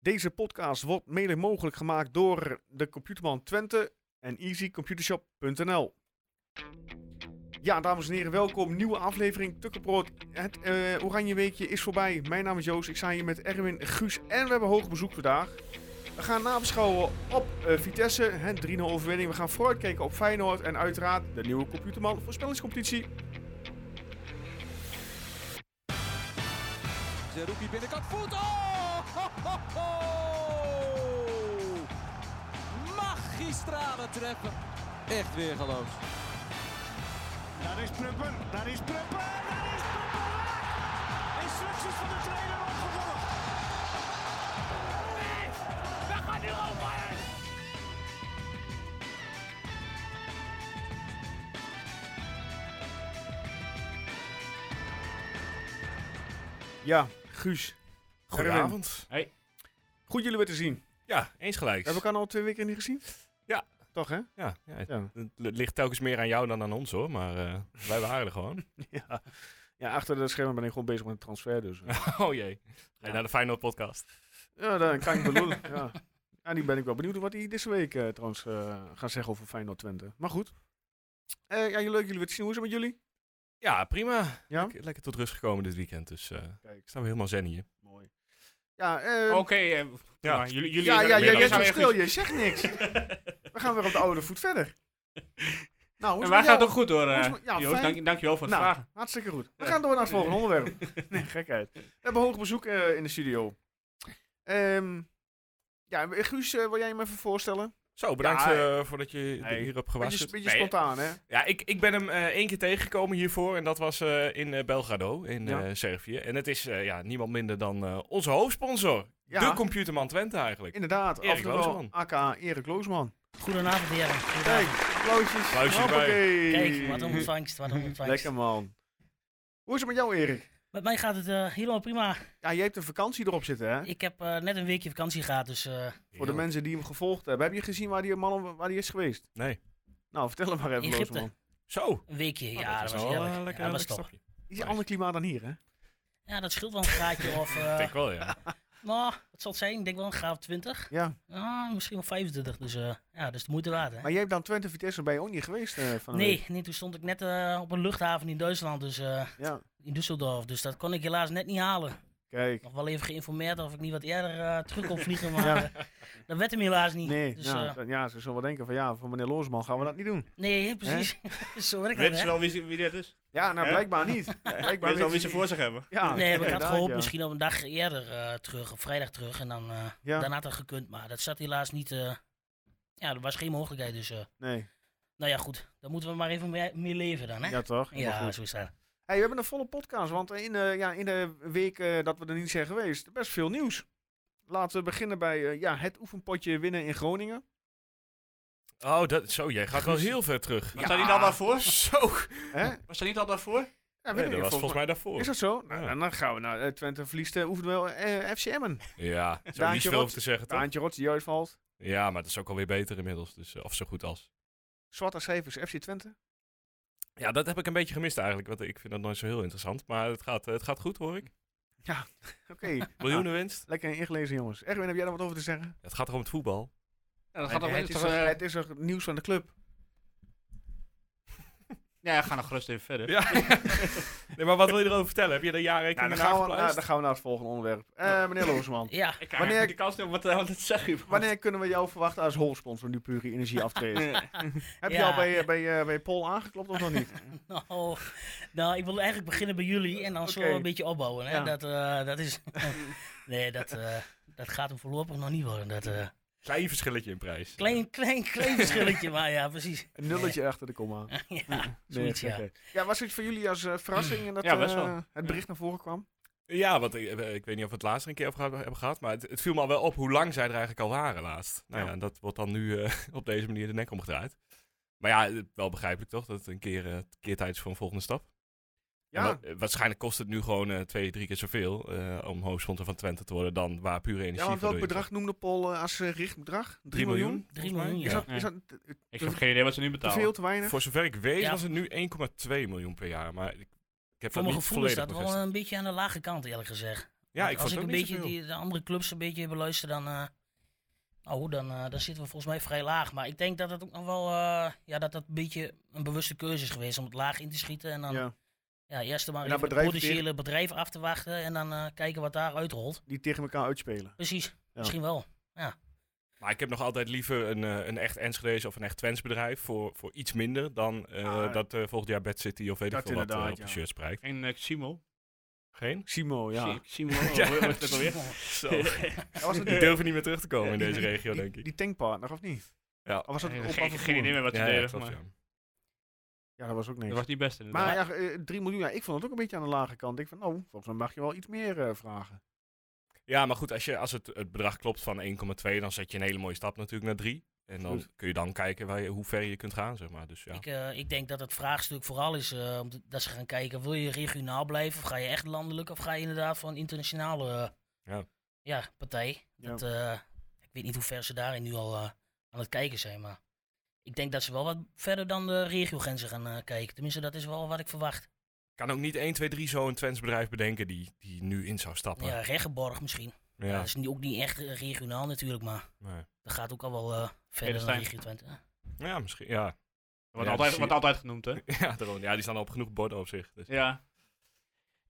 Deze podcast wordt mede mogelijk gemaakt door de Computerman Twente en easycomputershop.nl. Ja, dames en heren, welkom. Nieuwe aflevering Tukkenbrood. Het eh Oranje Weekje is voorbij. Mijn naam is Joost. Ik sta hier met Erwin, Guus en we hebben hoog bezoek vandaag. We gaan nabeschouwen op eh, Vitesse, hè, 3-0 overwinning. We gaan vooruitkijken op Feyenoord en uiteraard de nieuwe Computerman voorspellingscompetitie. Zerouki binnenkant voet. Oh! Ho, ho, ho! Magistrale treppen. Echt weer geloof. Daar is Prupper, daar is Prupper, daar is Prupper weg! Instructies van de trainer opgevolgd. We gaan nu over! Ja, Guus. Erwin, Goedenavond. Goed jullie weer te zien. Ja, eens We gelijk. hebben elkaar al twee weken niet gezien? Ja. Toch, hè? Ja, ja, het- Ja. het li- ligt telkens meer aan jou dan aan ons hoor, maar eh, wij waren er gewoon. Ja. ja, achter de schermen ben ik gewoon bezig met een transfer, dus... eh. Oh jee. Ga je Ja. naar de Feyenoord podcast. ja, dat kan ik bedoelen, ja. En die ben ik wel benieuwd wat hij deze week eh, trouwens eh, gaat zeggen over Feyenoord Twente. Maar goed. Eh, ja, leuk jullie weer te zien. Hoe is het met jullie? Ja, prima. Ja? Lekker, lekker tot rust gekomen dit weekend, dus eh Kijk, staan we helemaal zen hier. mooi. Ja, eh, Oké, eh, prima. jullie, jullie ja, ja, jullie- jij jullie bent gaan zo weer stil, goed. je zegt niks. We gaan weer op de oude voet verder. Nou, hoe is En het wij met gaan jou? toch goed hoor, Hoe is eh het met- ja, Joost. fijn. Dank, dankjewel voor het Nou, vragen. hartstikke goed. We gaan door naar het volgende onderwerp. Nee, gekheid. We hebben hoog bezoek eh, in de studio. Ehm, ja, Guus, eh, wil jij hem even voorstellen? Zo, bedankt Ja, eh, voordat je nee. hier hebt Beetje, gewaarschuwd. beetje Nee, spontaan, hè? Ja, ik, ik ben hem eh, één keer tegengekomen hiervoor en dat was eh, in eh, Belgrado in Ja. eh, Servië. En het is eh, ja, niemand minder dan eh, onze hoofdsponsor, Ja. de computerman Twente eigenlijk. Inderdaad, Erik Erik Loosman. Loosman. aka Erik Loosman. Goedenavond, heren. Kijk, Goedenavond. applausjes. Applausje Hoppakee. Kijk, wat een ontvangst, wat een ontvangst. Lekker man. Hoe is het met jou, Erik? Met mij gaat het eh, helemaal prima. Ja, jij hebt een vakantie erop zitten, hè? Ik heb eh, net een weekje vakantie gehad, dus eh, Voor de Ja. mensen die hem gevolgd hebben. Heb je gezien waar die man waar die is geweest? Nee. Nou, vertel hem maar even, Egypte. Loosman. Zo. Oh, een weekje. ja, dat is was wel, eh, heerlijk. lekker, ja, dat was lekker top. stapje. Is een ander klimaat dan hier, hè? Ja, dat scheelt wel een graadje of... eh, Ik denk wel, ja. nou, wat zal het zijn? Ik denk wel een graad of 20. Ja. Ah, misschien wel 25, dus eh, ja, dat is de moeite waard. Hè? Maar jij hebt dan Twente Vitesse bij ook niet geweest eh, van de week. Nee, nee, toen stond ik net eh, op een luchthaven in Duitsland, dus eh, Ja, in Düsseldorf. Dus dat kon ik helaas net niet halen. kijk. Nog wel even geïnformeerd of ik niet wat eerder eh, terug kon vliegen, maar eh, dat werd hem helaas niet. Nee, nou. dus, ja, eh, dan- ja, ze zullen wel denken van ja, voor meneer Loosman gaan we dat niet doen. nee precies. Zo werkt dat, Weet hè? je wel wie, wie dit is? Ja, nou Hè? blijkbaar niet. Blijkbaar Weet je wel wie weten ze- ze voor zich hebben? Ja, Nee, maar ik had inderdaad, gehoopt ja. misschien op een dag eerder eh, terug, op vrijdag terug. En dan, eh Ja. dan had dat gekund, maar dat zat helaas niet. eh, ja, er was geen mogelijkheid, dus. eh, Nee, nou ja, goed. Dan moeten we maar even mee, mee leven dan, hè? ja toch? Ja, Ja, goed. zo is dat. Hey, we hebben een volle podcast, want in de, ja, in de week eh, dat we er niet zijn geweest, best veel nieuws. Laten we beginnen bij eh, ja, het oefenpotje winnen in Groningen. Oh, dat, zo, jij gaat wel heel ver terug. Was dat niet al daarvoor? Zo. Hè? Ja, Was dat niet al daarvoor? winnen Nee, dat we was volgens mij daarvoor. Is dat zo? Nou, Ja. dan- dan gaan we naar eh, Twente verliest eh, oefenduel eh FC Emmen. Ja, zo Daantje niet veel Rots. over te zeggen, toch? Taantje Rots die juist valt. Ja, maar dat is ook alweer beter inmiddels. Dus, eh, of zo goed als. Zwarte cijfers FC Twente. Ja, dat heb ik een beetje gemist eigenlijk. Want ik vind dat nooit zo heel interessant. Maar het gaat, eh, het gaat goed, hoor ik. Oké, Miljoenen winst. lekker ingelezen jongens. Erwin, heb jij daar wat over te zeggen? Het gaat toch om het voetbal? Ja, dat gaat het, toch het het is toch, het is toch nieuws van de club? Ja, ga nog gerust even verder. Ja. nee, maar wat wil je erover vertellen? Heb je de Nou, jaarrekening dan, gaan we, nageplaatst? nou, dan gaan we naar het volgende onderwerp. Eh, meneer Loosman, Ja, Ik Wanneer- wanneer... die kans niet op wat, eh, wat het zeg je. wanneer kunnen we jou verwachten als hoofdsponsor nu Pure Energie aftreedt? Heb je Ja. al bij, eh, bij, eh, bij Paul aangeklopt of nog niet? nou, nou, ik wil eigenlijk beginnen bij jullie en dan Oké. zo een beetje opbouwen. Hè? Ja. Dat, eh, dat is. nee, dat, eh, dat gaat hem voorlopig nog niet worden. Dat, eh, Klein verschilletje in prijs. klein, klein, klein verschilletje, maar ja, precies. Een nulletje achter de komma. Nee, ja, zoiets, ja. gekheid. ja, was het voor jullie als eh, verrassing en dat Ja, best wel. eh, het bericht naar voren kwam? Ja, want ik, eh, ik weet niet of we het laatst er een keer over gehad- hebben gehad. Maar het, het viel me al wel op hoe lang zij er eigenlijk al waren laatst. Nou ja, Ja. en dat wordt dan nu eh, op deze manier de nek omgedraaid. Maar ja, eh, wel begrijpelijk toch? Dat het een keer, eh, keer tijd is voor een volgende stap. En Ja, wa- eh, waarschijnlijk kost het nu gewoon eh, twee, drie keer zoveel eh, om hoofdsponsor van Twente te worden dan waar pure energie ja want voor welk door je bedrag noemde Paul eh, als eh, richtbedrag? 3 3 miljoen? miljoen? 3 miljoen, Is ja. dat, is dat te, Ik heb geen idee wat ze nu te betalen. veel, te weinig? Voor zover ik weet Ja. was het nu 1,2 miljoen per jaar. Maar ik, ik heb Voor dat mijn niet gevoel is volledig dat bevestigd. wel een beetje aan de lage kant, eerlijk gezegd. Ja, ik vond Als het ik een ook niet beetje zoveel. die, de andere clubs een beetje beluister, dan, eh, oh, dan, eh, dan zitten we volgens mij vrij laag. Maar ik denk dat het ook nog wel eh, ja, dat dat een beetje een bewuste keuze is geweest om het laag in te schieten. En dan ja. Ja, eerst maar En dan even het bedrijf potentiële bedrijf af te wachten en dan eh, kijken wat daaruit rolt. die tegen elkaar uitspelen. Precies, misschien wel. Maar ik heb nog altijd liever een, eh, een echt Enschede's of een echt Twents bedrijf voor, voor iets minder dan eh, Ah, dat eh, volgend jaar Bad City of weet ik dat veel wat eh, inderdaad, op de ja. shirt spreikt. En eh, Ximo. Geen? Simo, ja. Ximo. Ja. Hoe heet dat alweer? Zo. Ja, was dat Die die, durven niet meer terug te komen in deze regio, denk die, ik. die tankpartner, of niet? Ja. Of was dat op Geen, geen idee meer wat ze Ja, ja, deden. klopt, maar ja. Ja, dat was ook Dat niks. was niet best inderdaad. Maar ja, eh, 3 miljoen, ja, ik vond het ook een beetje aan de lage kant. Ik van, nou, volgens mij mag je wel iets meer eh, vragen. Ja, maar goed, als, je, als het, het bedrag klopt van 1,2, dan zet je een hele mooie stap natuurlijk naar 3. En dan Absoluut. kun je dan kijken waar je, hoe ver je kunt gaan, zeg maar. Dus ja. Ik, eh, ik denk dat het vraagstuk vooral is eh, om te- dat ze gaan kijken, wil je regionaal blijven of ga je echt landelijk of ga je inderdaad voor een internationale eh, Ja. ja, partij. Ja. Dat, eh, ik weet niet hoe ver ze daarin nu al eh, aan het kijken zijn, maar ik denk dat ze wel wat verder dan de regiogrenzen gaan eh, kijken. Tenminste, dat is wel wat ik verwacht. Kan ook niet 1, 2, 3 zo'n Twents bedrijf bedenken die, die nu in zou stappen. Ja, Regenborg misschien. Ja. Ja, dat is niet- ook niet echt eh, regionaal natuurlijk, maar Nee. dat gaat ook al wel eh, verder dan Edestein. regio Twente. ja misschien. Ja. Wordt, Ja, altijd, dus- wordt altijd genoemd, hè? Ja, daarom. ja, die staan al op genoeg borden op zich. Dus. Ja. Ja,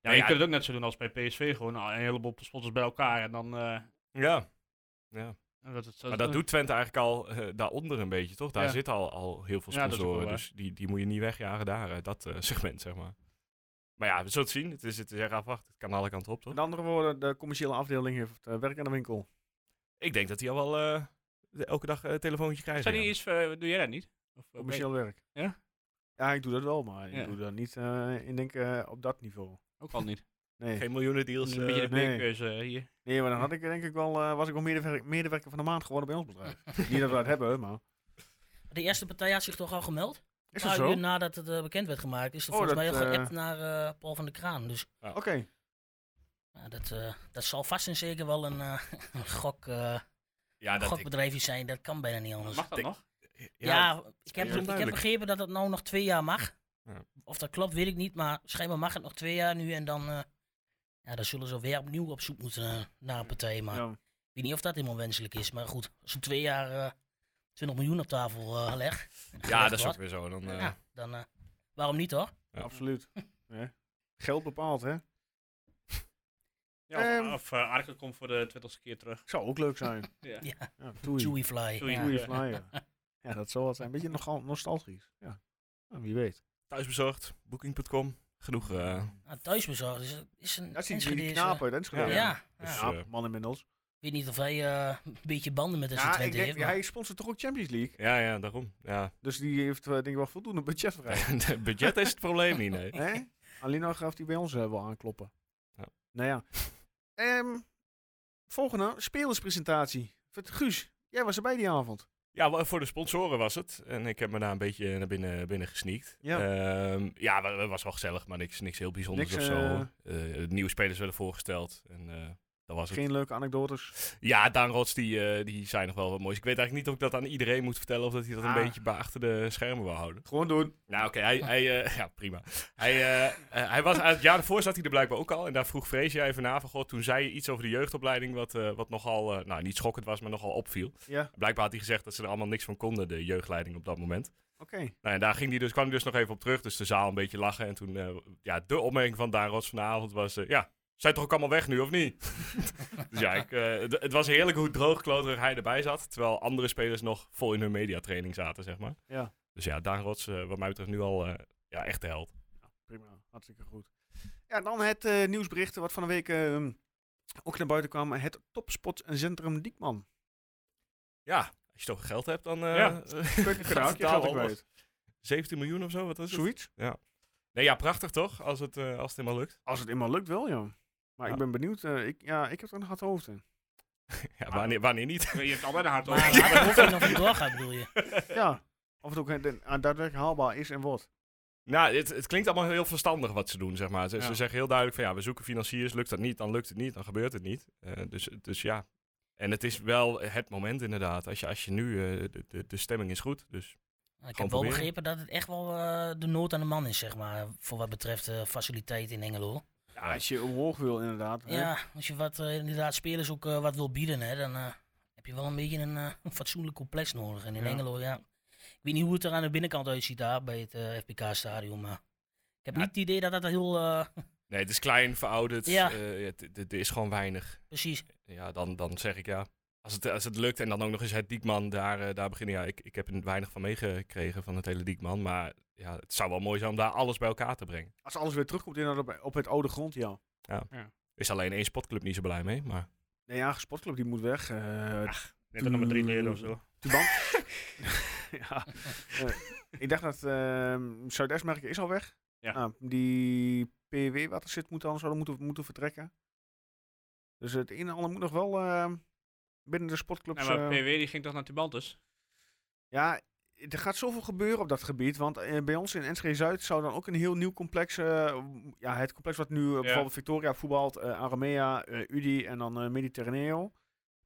Nee, je ja, kunt het ook net zo doen als bij PSV. Gewoon nou, een heleboel sponsors bij elkaar. En dan... eh, Ja. ja. dat, het- Maar dat doet Twente eigenlijk al eh, daaronder een beetje, toch? Daar Ja. zit al, al heel veel Ja, dat is ook wel sponsoren, waar. dus die, die moet je niet wegjagen daar, eh, dat eh, segment, zeg maar. Maar ja, we zullen het zien. Het is, het is erg afwachten. Het kan alle kanten op, toch? Met andere woorden, de commerciële afdeling heeft eh, werk aan de winkel. Ik denk dat hij al wel eh, de- elke dag eh, een telefoontje krijgt. Zijn die ja. iets, eh, doe jij dat niet? Of, eh, Commercieel werk. Ja? Ja, ik doe dat wel, maar Ja. ik doe dat niet eh, ik denk, eh, op dat niveau. Ook al niet. Nee. Geen miljoenen Dat deals. is een beetje de nee. plekkeuze hier. nee, maar dan had ik denk ik wel, eh, was ik wel medewerker, medewerker van de maand geworden bij ons bedrijf. niet dat we dat hebben, maar... De eerste partij had zich toch al gemeld? Is Een dat paar zo? uur Oké. nadat het eh, bekend werd gemaakt, is er Oh, volgens mij dat, al eh, geappt naar eh, Paul van der Kraan. Dus ja, dat, eh, dat zal vast en zeker wel een, eh, een gok, eh, ja, dat ik, gokbedrijfje zijn. Dat kan bijna niet anders. Mag dat denk- nog? ja, ik, heel heb, ik heb duidelijk. begrepen dat het nou nog twee jaar mag. Ja. Of dat klopt, weet ik niet. Maar schijnbaar mag het nog twee jaar nu. En dan, eh, ja, dan zullen ze weer opnieuw op zoek moeten eh, naar een partij. Maar Ja. ik weet niet of dat helemaal wenselijk is. Maar goed, als ze twee jaar eh 20 miljoen op tafel eh legt. ja, dat is ook wordt. weer zo. Dan, eh, Ja, dan eh, waarom niet hoor? Ja. Absoluut. Ja. Geld bepaald, hè? Ja, of Ehm. of eh, Arke komt voor de twintigste keer terug. Zou ook leuk zijn. Ja. Ja, Ja, toei. Chewy Fly. Chewy. Ja. Goeie Ja. flyer. Ja, dat zal wat zijn. Beetje nogal nostalgisch. Ja. Nou, wie weet. Thuisbezorgd, booking.com. Genoeg. eh, Ah, thuisbezorgd is, is een Dat is die Enschedeze- knaap uit Ja, Enschede. Ja. ja. Dus, Knaap, eh, man inmiddels. Ik weet niet of hij eh, een beetje banden met de Ja, ik Twente denk, heeft. ja, maar- hij sponsort toch ook Champions League? ja, ja, daarom. Ja. Dus die heeft eh, denk ik wel voldoende budget vrij. Het budget is het probleem niet, nee. Hè? Alleen nog gaf hij bij ons eh, wel aankloppen. Ja. Nou ja. Ehm, volgende, spelerspresentatie. Vert- Guus, jij was erbij die avond. Ja, wel, voor de sponsoren was het. En ik heb me daar een beetje eh, naar binnen, binnen gesneakt. Ja. Ehm, ja, wa- wa- was wel gezellig, maar niks, niks heel bijzonders Niks, of zo. Eh, nieuwe spelers werden voorgesteld. En eh, dat was het. Geen leuke anekdotes. Ja, Daan Rots, die, eh, die zei nog wel wat moois. Ik weet eigenlijk niet of ik dat aan iedereen moet vertellen of dat hij dat Ah. een beetje bij achter de schermen wil houden. Gewoon doen. Nou, oké, hij, hij eh, ja, prima. Hij, eh, eh, hij was, het jaar daarvoor zat hij er blijkbaar ook al. En daar vroeg Freesia even na van, "Goh, toen zei je iets over de jeugdopleiding wat, eh, wat nogal, eh, nou, niet schokkend was, maar nogal opviel. Ja, Blijkbaar had hij gezegd dat ze er allemaal niks van konden, de jeugdleiding op dat moment. oké. Nou, en daar ging hij dus, kwam hij dus nog even op terug, dus de zaal een beetje lachen. En toen, eh, ja, de opmerking van Daan Rots vanavond was, eh, ja, zijn toch ook allemaal weg nu, of niet? dus ja, ik, eh, het- het was heerlijk hoe droogkloterig hij erbij zat, terwijl andere spelers nog vol in hun mediatraining zaten, zeg maar. Ja. Dus ja, Daan Rots, eh, wat mij betreft, nu al eh, ja, echt de held. Prima, hartstikke goed. Ja, dan het eh, nieuwsbericht wat van de week ehm, ook naar buiten kwam. Het topsportcentrum Diekman. Ja, als je toch geld hebt, dan... eh, Ja. Kun je gaat je geld het kwijt. 17 miljoen of zo, wat is het? Zoiets. Nee, ja, prachtig toch, als het, eh, als het helemaal lukt. Als het eenmaal lukt wel, ja. Maar Ja. ik ben benieuwd. eh, ik, ja, ik heb er een hard hoofd in. Ja, wanneer, wanneer niet? Je hebt altijd een hart Maar over. laat hoef je nog niet doorgaat, bedoel je? Ja. Of het ook eh, de- ah, daadwerkelijk haalbaar is en wordt. Nou, het, het klinkt allemaal heel verstandig wat ze doen, zeg maar. Ze, ze Ja. zeggen heel duidelijk van ja, we zoeken financiers, lukt dat niet, dan lukt het niet, dan gebeurt het niet. Eh, dus, dus ja, en het is wel het moment inderdaad. Als je, als je nu, eh, de, de, de stemming is goed, dus Nou, Gewoon ik heb wel proberen. begrepen dat het echt wel eh, de nood aan de man is, zeg maar. Voor wat betreft eh faciliteiten in Engelo. Ja, als je omhoog wil inderdaad. hè. Ja, als je wat, eh, inderdaad spelers ook eh, wat wil bieden, hè, dan eh, heb je wel een beetje een, eh, een fatsoenlijk complex nodig. En in Ja. Engelo, ja. Ik weet niet hoe het er aan de binnenkant uitziet daar bij het eh, FPK-stadion, maar ik heb Ja. niet het idee dat dat heel... eh, Nee, het is klein, verouderd. Ja. eh, het- het- er is gewoon weinig. precies. Ja, dan, dan zeg ik ja. Als het, als het lukt en dan ook nog eens het Diekman daar, eh, daar beginnen. Ja, ik, ik heb er weinig van meegekregen van het hele Diekman. Maar ja, het zou wel mooi zijn om daar alles bij elkaar te brengen. Als alles weer terugkomt inderdaad op, op het oude grond, ja. Is alleen één spotclub niet zo blij mee. Maar Nee, ja, sportclub die moet weg. eh, Net er nog maar drie leren of zo. Tuban. ja. Eh, ik dacht dat ehm Zuidestmerken is al weg. Ja. Nou, die PW wat er zit moet dan zouden moeten, moeten vertrekken. Dus het een en ander moet nog wel ehm, binnen de sportclubs. Nee, maar eh, PW die ging toch naar Tubantus? ja, er gaat zoveel gebeuren op dat gebied. Want eh, bij ons in Enschede Zuid zou dan ook een heel nieuw complex. eh, m- ja, het complex wat nu eh, bijvoorbeeld Victoria voetbalt, eh Aramea, eh, Udi en dan eh Mediterraneo.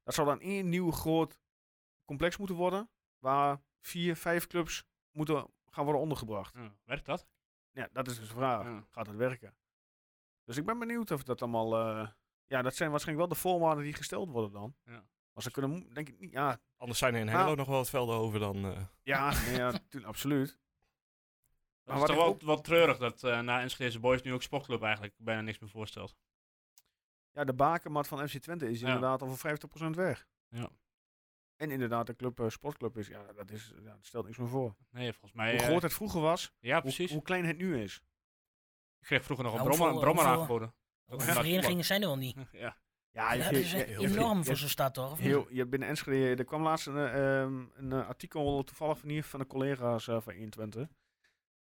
Dat zou dan één nieuw groot complex moeten worden. Waar vier, vijf clubs moeten gaan worden ondergebracht. Ja, werkt dat? Ja, dat is dus de vraag. Ja. Gaat het werken? Dus ik ben benieuwd of dat allemaal. eh, ja, dat zijn waarschijnlijk wel de voorwaarden die gesteld worden dan. Ja. Maar ze kunnen, mo- denk ik niet. Ja, anders zijn er in Maar- Hengelo nog wel wat velden over dan... eh, ja, nee, ja natuurlijk, absoluut. Dat Maar is wat toch ik wel ook- wat treurig dat eh, na Enschedeze Boys nu ook Sportclub eigenlijk bijna niks meer voorstelt. Ja, de bakenmat van FC Twente is Ja. inderdaad al voor 50% weg. Ja. En inderdaad, de club eh, sportclub is, ja, dat, is, ja, dat stelt niks meer voor. Nee, volgens mij... hoe eh, groot het vroeger was, ja, hoe, precies. hoe klein het nu is. Ik kreeg vroeger nog een Nou, brommer, hoeveel- brommer hoeveel- aangeboden. Hoeveel Ja. verenigingen zijn er wel niet. ja. Ja, Ja, dat is je- je- enorm je- voor zo'n stad, toch? Of niet? Heel, je binnen Enschede, er kwam laatst een, eh, ehm, een eh, artikel toevallig van hier van de collega's eh, van 21.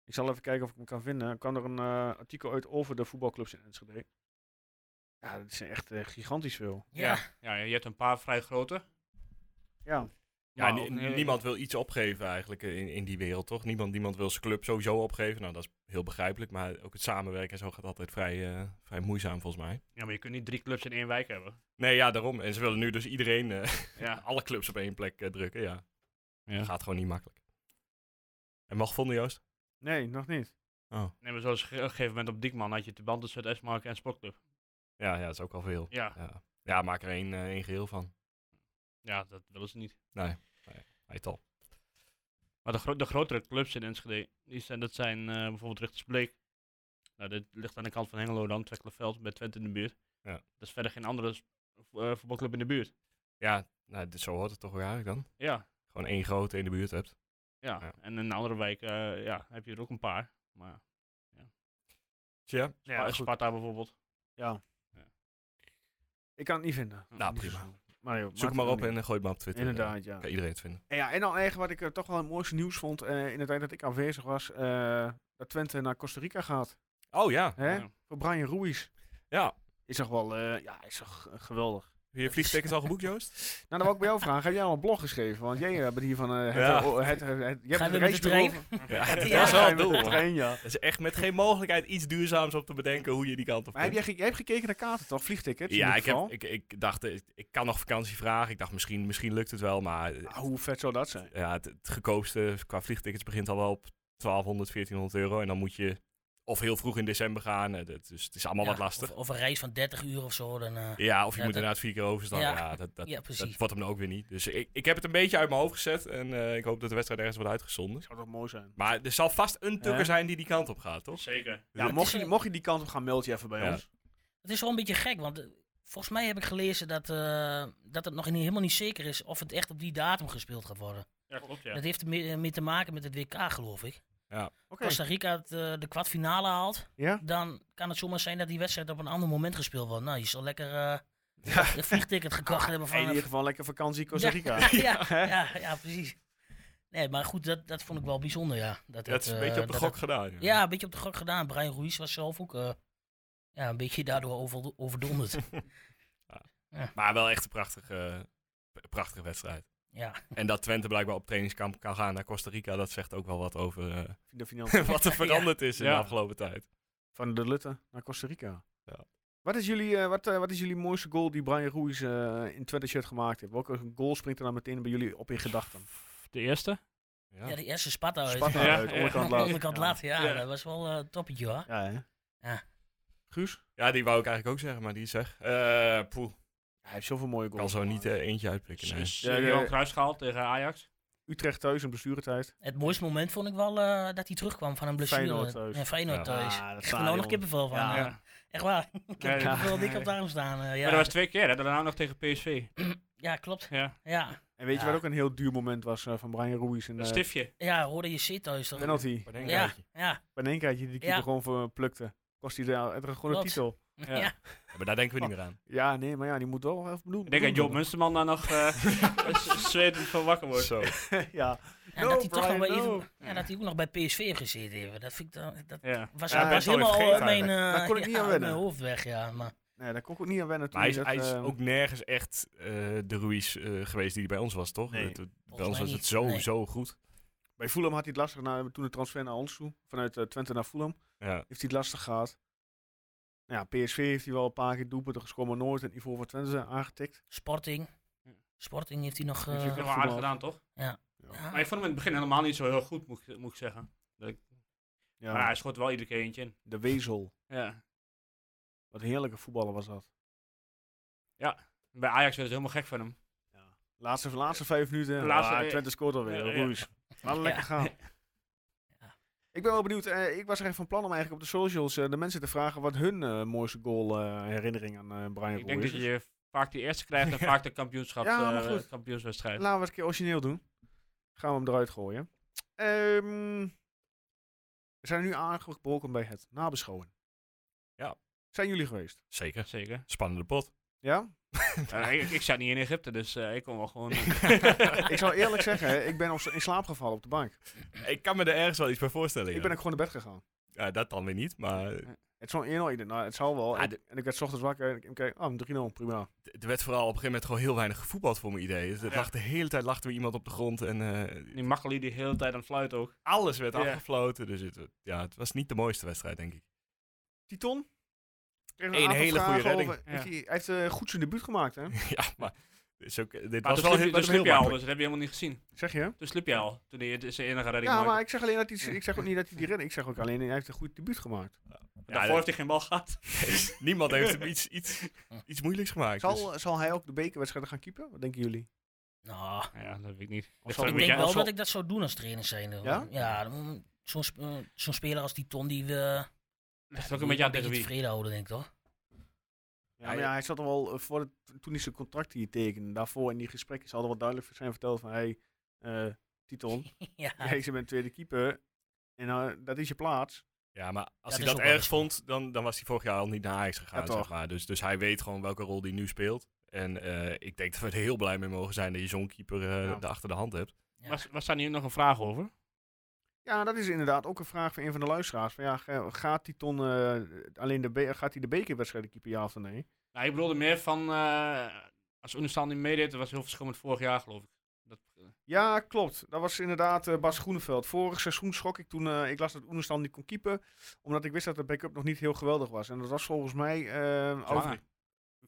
Ik zal even kijken of ik hem kan vinden. Er kwam er een eh, artikel uit over de voetbalclubs in Enschede. Ja, dat zijn echt eh, gigantisch veel. Ja. ja, je hebt een paar vrij grote. Ja, Ja, Maar ni- ook, eh, niemand wil iets opgeven eigenlijk eh, in, in die wereld, toch? Niemand, niemand wil zijn club sowieso opgeven. Nou, dat is heel begrijpelijk. Maar ook het samenwerken en zo gaat altijd vrij, eh, vrij moeizaam, volgens mij. Ja, maar je kunt niet drie clubs in één wijk hebben. Nee, ja, daarom. En ze willen nu dus iedereen, eh, Ja. alle clubs op één plek eh, drukken. Ja. Ja. gaat gewoon niet makkelijk. En mag vonden, Joost? nee, nog niet. Oh. Nee, maar zoals ge- op een gegeven moment op Diekman had je Tubantus, zuid en Sportclub. Ja, ja, dat is ook al veel. Ja, Ja, ja maak er één, eh, één geheel van. ja, dat willen ze niet. Heet al. Maar de, gro- de grotere clubs in Enschede, die zijn, dat zijn eh, bijvoorbeeld Richters Bleek. Nou, dit ligt aan de kant van Hengelo dan, Twekkeleveld, bij Twente in de buurt. Ja. Dat is verder geen andere s- vo- eh, voetbalclub in de buurt. Ja, nou, dit, zo hoort het toch weer eigenlijk dan. Ja, Gewoon één grote in de buurt hebt. ja. Ja. En in een andere wijk eh, ja, heb je er ook een paar. Maar Tja. Spa- Ja, goed. Sparta bijvoorbeeld. ja. Ja. Ik kan het niet vinden. Ah, Nou, Dus, prima. Maar joh, Zoek maakt hem maar het op wel en eh, gooi het maar op niet. Twitter. Inderdaad, ja. Kan iedereen het vinden. En, ja, en dan eigenlijk wat ik eh, toch wel het mooiste nieuws vond eh, in de tijd dat ik aanwezig was, eh, dat Twente naar Costa Rica gaat. Oh ja. Hè? Ja. Voor Brian Ruiz. Ja. Is toch wel, eh, ja, is toch eh, geweldig. Heb je vliegtickets al geboekt, Joost? Nou, dan wil ik bij jou vragen, heb jij al een blog geschreven? Want jij eh, bent hier van eh, het, Ja. oh, het, het, het- je Gaan hebt we een met de reisbureau van- Ja, dat Ja, was ga je wel het met doel. de man. trein, ja. Dat is echt met geen mogelijkheid iets duurzaams op te bedenken hoe je die kant op Maar heb kunt. jij, ge- jij hebt gekeken naar kaarten, toch? Vliegtickets? in ja, ik, ieder geval. heb, ik, ik dacht, eh, ik kan nog vakantie vragen. Ik dacht, misschien, misschien lukt het wel. Maar eh, Ah, hoe vet zou dat zijn? ja, het, het goedkoopste qua vliegtickets begint al wel op 1200, 1400 euro. En dan moet je of heel vroeg in december gaan. eh, dat- Dus het is allemaal Ja, wat lastig. Of, of een reis van 30 uur of zo. Dan, eh, ja, of je Ja, moet dat- inderdaad vier keer overstaan. Ja, Ja. dat, dat, ja, dat precies. wordt hem dan ook weer niet. Dus ik, ik heb het een beetje uit mijn hoofd gezet. En eh, ik hoop dat de wedstrijd ergens wordt uitgezonden. Zou toch mooi zijn? Maar er zal vast een tukker Ja. zijn die die kant op gaat, toch? Zeker. Ja, Ja, mocht het je, is- mocht je die kant op gaan, meld je even bij Ja. ons. Het is wel een beetje gek, want eh, volgens mij heb ik gelezen dat, eh, dat het nog niet, helemaal niet zeker is of het echt op die datum gespeeld gaat worden. Ja, klopt ja. Dat heeft meer, meer te maken met het WK, geloof ik. Oké. Als Costa Rica het, eh, de kwartfinale haalt, Ja? dan kan het zomaar zijn dat die wedstrijd op een ander moment gespeeld wordt. Nou, je zal lekker eh een vliegticket gekocht hebben van... In ieder geval lekker vakantie Costa Rica. ja, ja, ja, ja, precies. Nee, maar goed, dat, dat vond ik wel bijzonder, ja. Dat, Dat is een eh, beetje op de dat gok het- gedaan. ja. ja, een beetje op de gok gedaan. Brian Ruiz was zelf ook eh, ja, een beetje daardoor over, overdonderd. Maar wel echt een prachtige, eh, prachtige wedstrijd. ja. En dat Twente blijkbaar op trainingskamp kan gaan naar Costa Rica, dat zegt ook wel wat over eh, De financiën wat er veranderd is in de Ja. afgelopen tijd. van de Lutte naar Costa Rica. Ja. Wat, is jullie, eh, wat, eh, wat is jullie mooiste goal die Brian Ruiz eh, in Twente shirt gemaakt heeft? Welke goal springt er dan meteen bij jullie op in gedachten? De eerste? Ja. ja, de eerste Sparta uit. Sparta Oh, Ja, uit, ja. onderkant laat. onderkant lat, ja, Ja. dat was wel eh, een toppetje hoor. Ja, hè? Ja. Guus? Ja, die wou ik eigenlijk ook zeggen, maar die is weg. Eh, poeh, Hij heeft zoveel mooie ik kan goals. zo niet eh, eentje uitpikken. nee. Precies. Ja, Ja, ja, ja. Johan Cruijff gehaald tegen Ajax. Utrecht thuis in blessuretijd. Het mooiste moment vond ik wel eh, dat hij terugkwam van een blessure. Feyenoord thuis. Ja, Feyenoord Ja. thuis. Ah, dat Echt gewoon nog stadion. kippenvel van. Ja. eh. Echt waar. Ik heb Ja. wel dik op de arm staan. eh, Maar dat ja. was twee keer, hè? Daarna nog tegen PSV. ja, klopt. Ja. Ja. En weet je Ja. wat ook een heel duur moment was eh, van Brian Ruiz? Een Dat eh, stiftje. ja, hoorde je shit thuis toch? penalty. Ja, ja, Bij een keertje die de keeper Ja. gewoon voor eh, plukte. Kost hij daar het was gewoon een Klopt. titel. ja. Ja. Ja, maar daar denken we niet meer aan. Ja, nee, maar ja, die moet wel even bedoelen. Ik denk dat Job Munsterman daar nog eh, z- zwetend van wakker wordt. Zo. ja. Ja, No, dat hij toch nog Brian, bij no. even- ja, dat hij ook nog bij PSV heeft gezeten even. Dat vind ik dan, dat Ja. was, Ja, dat was best wel even helemaal uit vergeten mijn, eh, Daar kon ik niet ja, aan uit wennen. mijn hoofd weg, ja. Maar Nee, daar kon ik ook niet aan wennen. Maar hij is, toen hij is dat, eh, ook nergens echt eh, de Ruiz eh, geweest die bij ons was, toch? Nee. Het- het- bij Volgens ons mij was het niet. zo, Nee. zo goed. Bij Fulham had hij het lastig na, toen de transfer naar ons toe. Vanuit eh, Twente naar Fulham. Ja. Heeft hij het lastig gehad. Nou Ja, PSV heeft hij wel een paar keer doelpunten gescoord, maar nooit een Ivo van Twente aangetikt. Sporting. Sporting heeft hij nog... Heeft hij eh, Dat heb Echt wel aardig voetbal. gedaan, toch? ja. Maar ik vond hem in het begin helemaal niet zo heel goed, moet ik, moet ik zeggen. Ja, Maar hij schot wel iedere keer eentje in. de Wezel. Ja. Wat een heerlijke voetballer was dat. Bij Ajax werd het helemaal gek van hem. Laatste, laatste vijf minuten. De laatste- ah, Twente scoort alweer. Ja, ja. Roes. Laat het lekker Ja. gaan. Ja. Ik ben wel benieuwd. eh, ik was er echt van plan om eigenlijk op de socials eh, de mensen te vragen wat hun eh, mooiste goal eh, herinnering aan eh Brian Ik denk Roos dat is. je vaak die eerste krijgt en vaak de kampioenschap, Ja, maar eh, goed. kampioenswedstrijd. Laten we het een keer origineel doen. Gaan we hem eruit gooien. Ehm, we zijn nu aangebroken bij het nabeschouwen. Ja. Zijn jullie geweest? Zeker. Zeker. Spannende pot. Ja? Eh, ik, ik zat niet in Egypte, dus eh, ik kon wel gewoon... ik zou eerlijk zeggen, hè, ik ben op- in slaap gevallen op de bank. Ik kan me er ergens wel iets bij voorstellen. Ik ben ook gewoon naar bed gegaan. ja, dat dan weer niet, maar Het zou 1-0. Ik dacht, nou, het zal wel. Ah, En- en ik werd 's ochtends wakker en ik keek, oh, 3-0, prima. d- er werd vooral op een gegeven moment gewoon heel weinig gevoetbald voor mijn idee. Het- het lag de hele tijd lachten we iemand op de grond en eh, die makkelie die de hele tijd aan het fluiten ook. alles werd Ja. afgefloten. Dus het, ja, het was niet de mooiste wedstrijd, denk ik. Titon? Kreeg Eén aantal hele vragen goede redding. over- Ja. heeft hij, hij heeft eh, goed zijn debuut gemaakt, hè? ja, maar dit, is ook, eh, dit Maar was toen wel sliep, heel, toen was sliep heel je al, dus makkelijk. dat heb je helemaal niet gezien. Zeg je? Toen sliep je al, toen hij het- zijn enige redding Ja, maakte. maar ik zeg alleen dat hij. Ik zeg ook niet dat hij die redding. Ik zeg ook alleen, hij heeft een goed debuut gemaakt. Ja, Daarvoor heeft hij geen bal gehad. Niemand heeft hem iets, iets, iets moeilijks gemaakt. dus- Zal, eh, zal hij ook de bekerwedstrijden gaan keepen? Wat denken jullie? Nou, Ja, dat weet ik niet. Of zou zal- ik moet denk jij- wel of dat ik dat zou doen als trainer zijn. Ja? Ja, dan- zo'n sp- eh, zo'n speler als die Ton, die we... Dat is ook een beetje aan tegen wie. tevreden houden, denk ik, toch? Ja, maar ja, hij zat er wel eh, voor het, toen hij zijn contract hier tekende. Daarvoor in die gesprekken zal er wel duidelijk zijn verteld van hey, eh Titon, ja. jij bent tweede keeper en eh, dat is je plaats. Ja, maar als dat hij is dat ook wel erg eens goed. vond, dan, dan was hij vorig jaar al niet naar Ajax gegaan, Ja, toch. zeg maar. Dus, dus hij weet gewoon welke rol hij nu speelt. En eh, ik denk dat we er heel blij mee mogen zijn dat je zo'n keeper eh, Ja. daar achter de hand hebt. Ja. Was, was daar nu nog een vraag over? Ja, dat is inderdaad ook een vraag van een van de luisteraars. Van, ja, ga- gaat Titon eh, alleen de be- gaat hij de bekerwedstrijden keeper ja of nee? Nou, ik bedoelde meer van, eh, als Unistan niet meedeed, dat was heel verschil met vorig jaar, geloof ik. Dat, eh, Ja, klopt. Dat was inderdaad eh, Bas Groeneveld. Vorig seizoen schrok ik toen eh, ik las dat Oenestan niet kon keepen. Omdat ik wist dat de backup nog niet heel geweldig was. En dat was volgens mij... eh, Te Lange. over...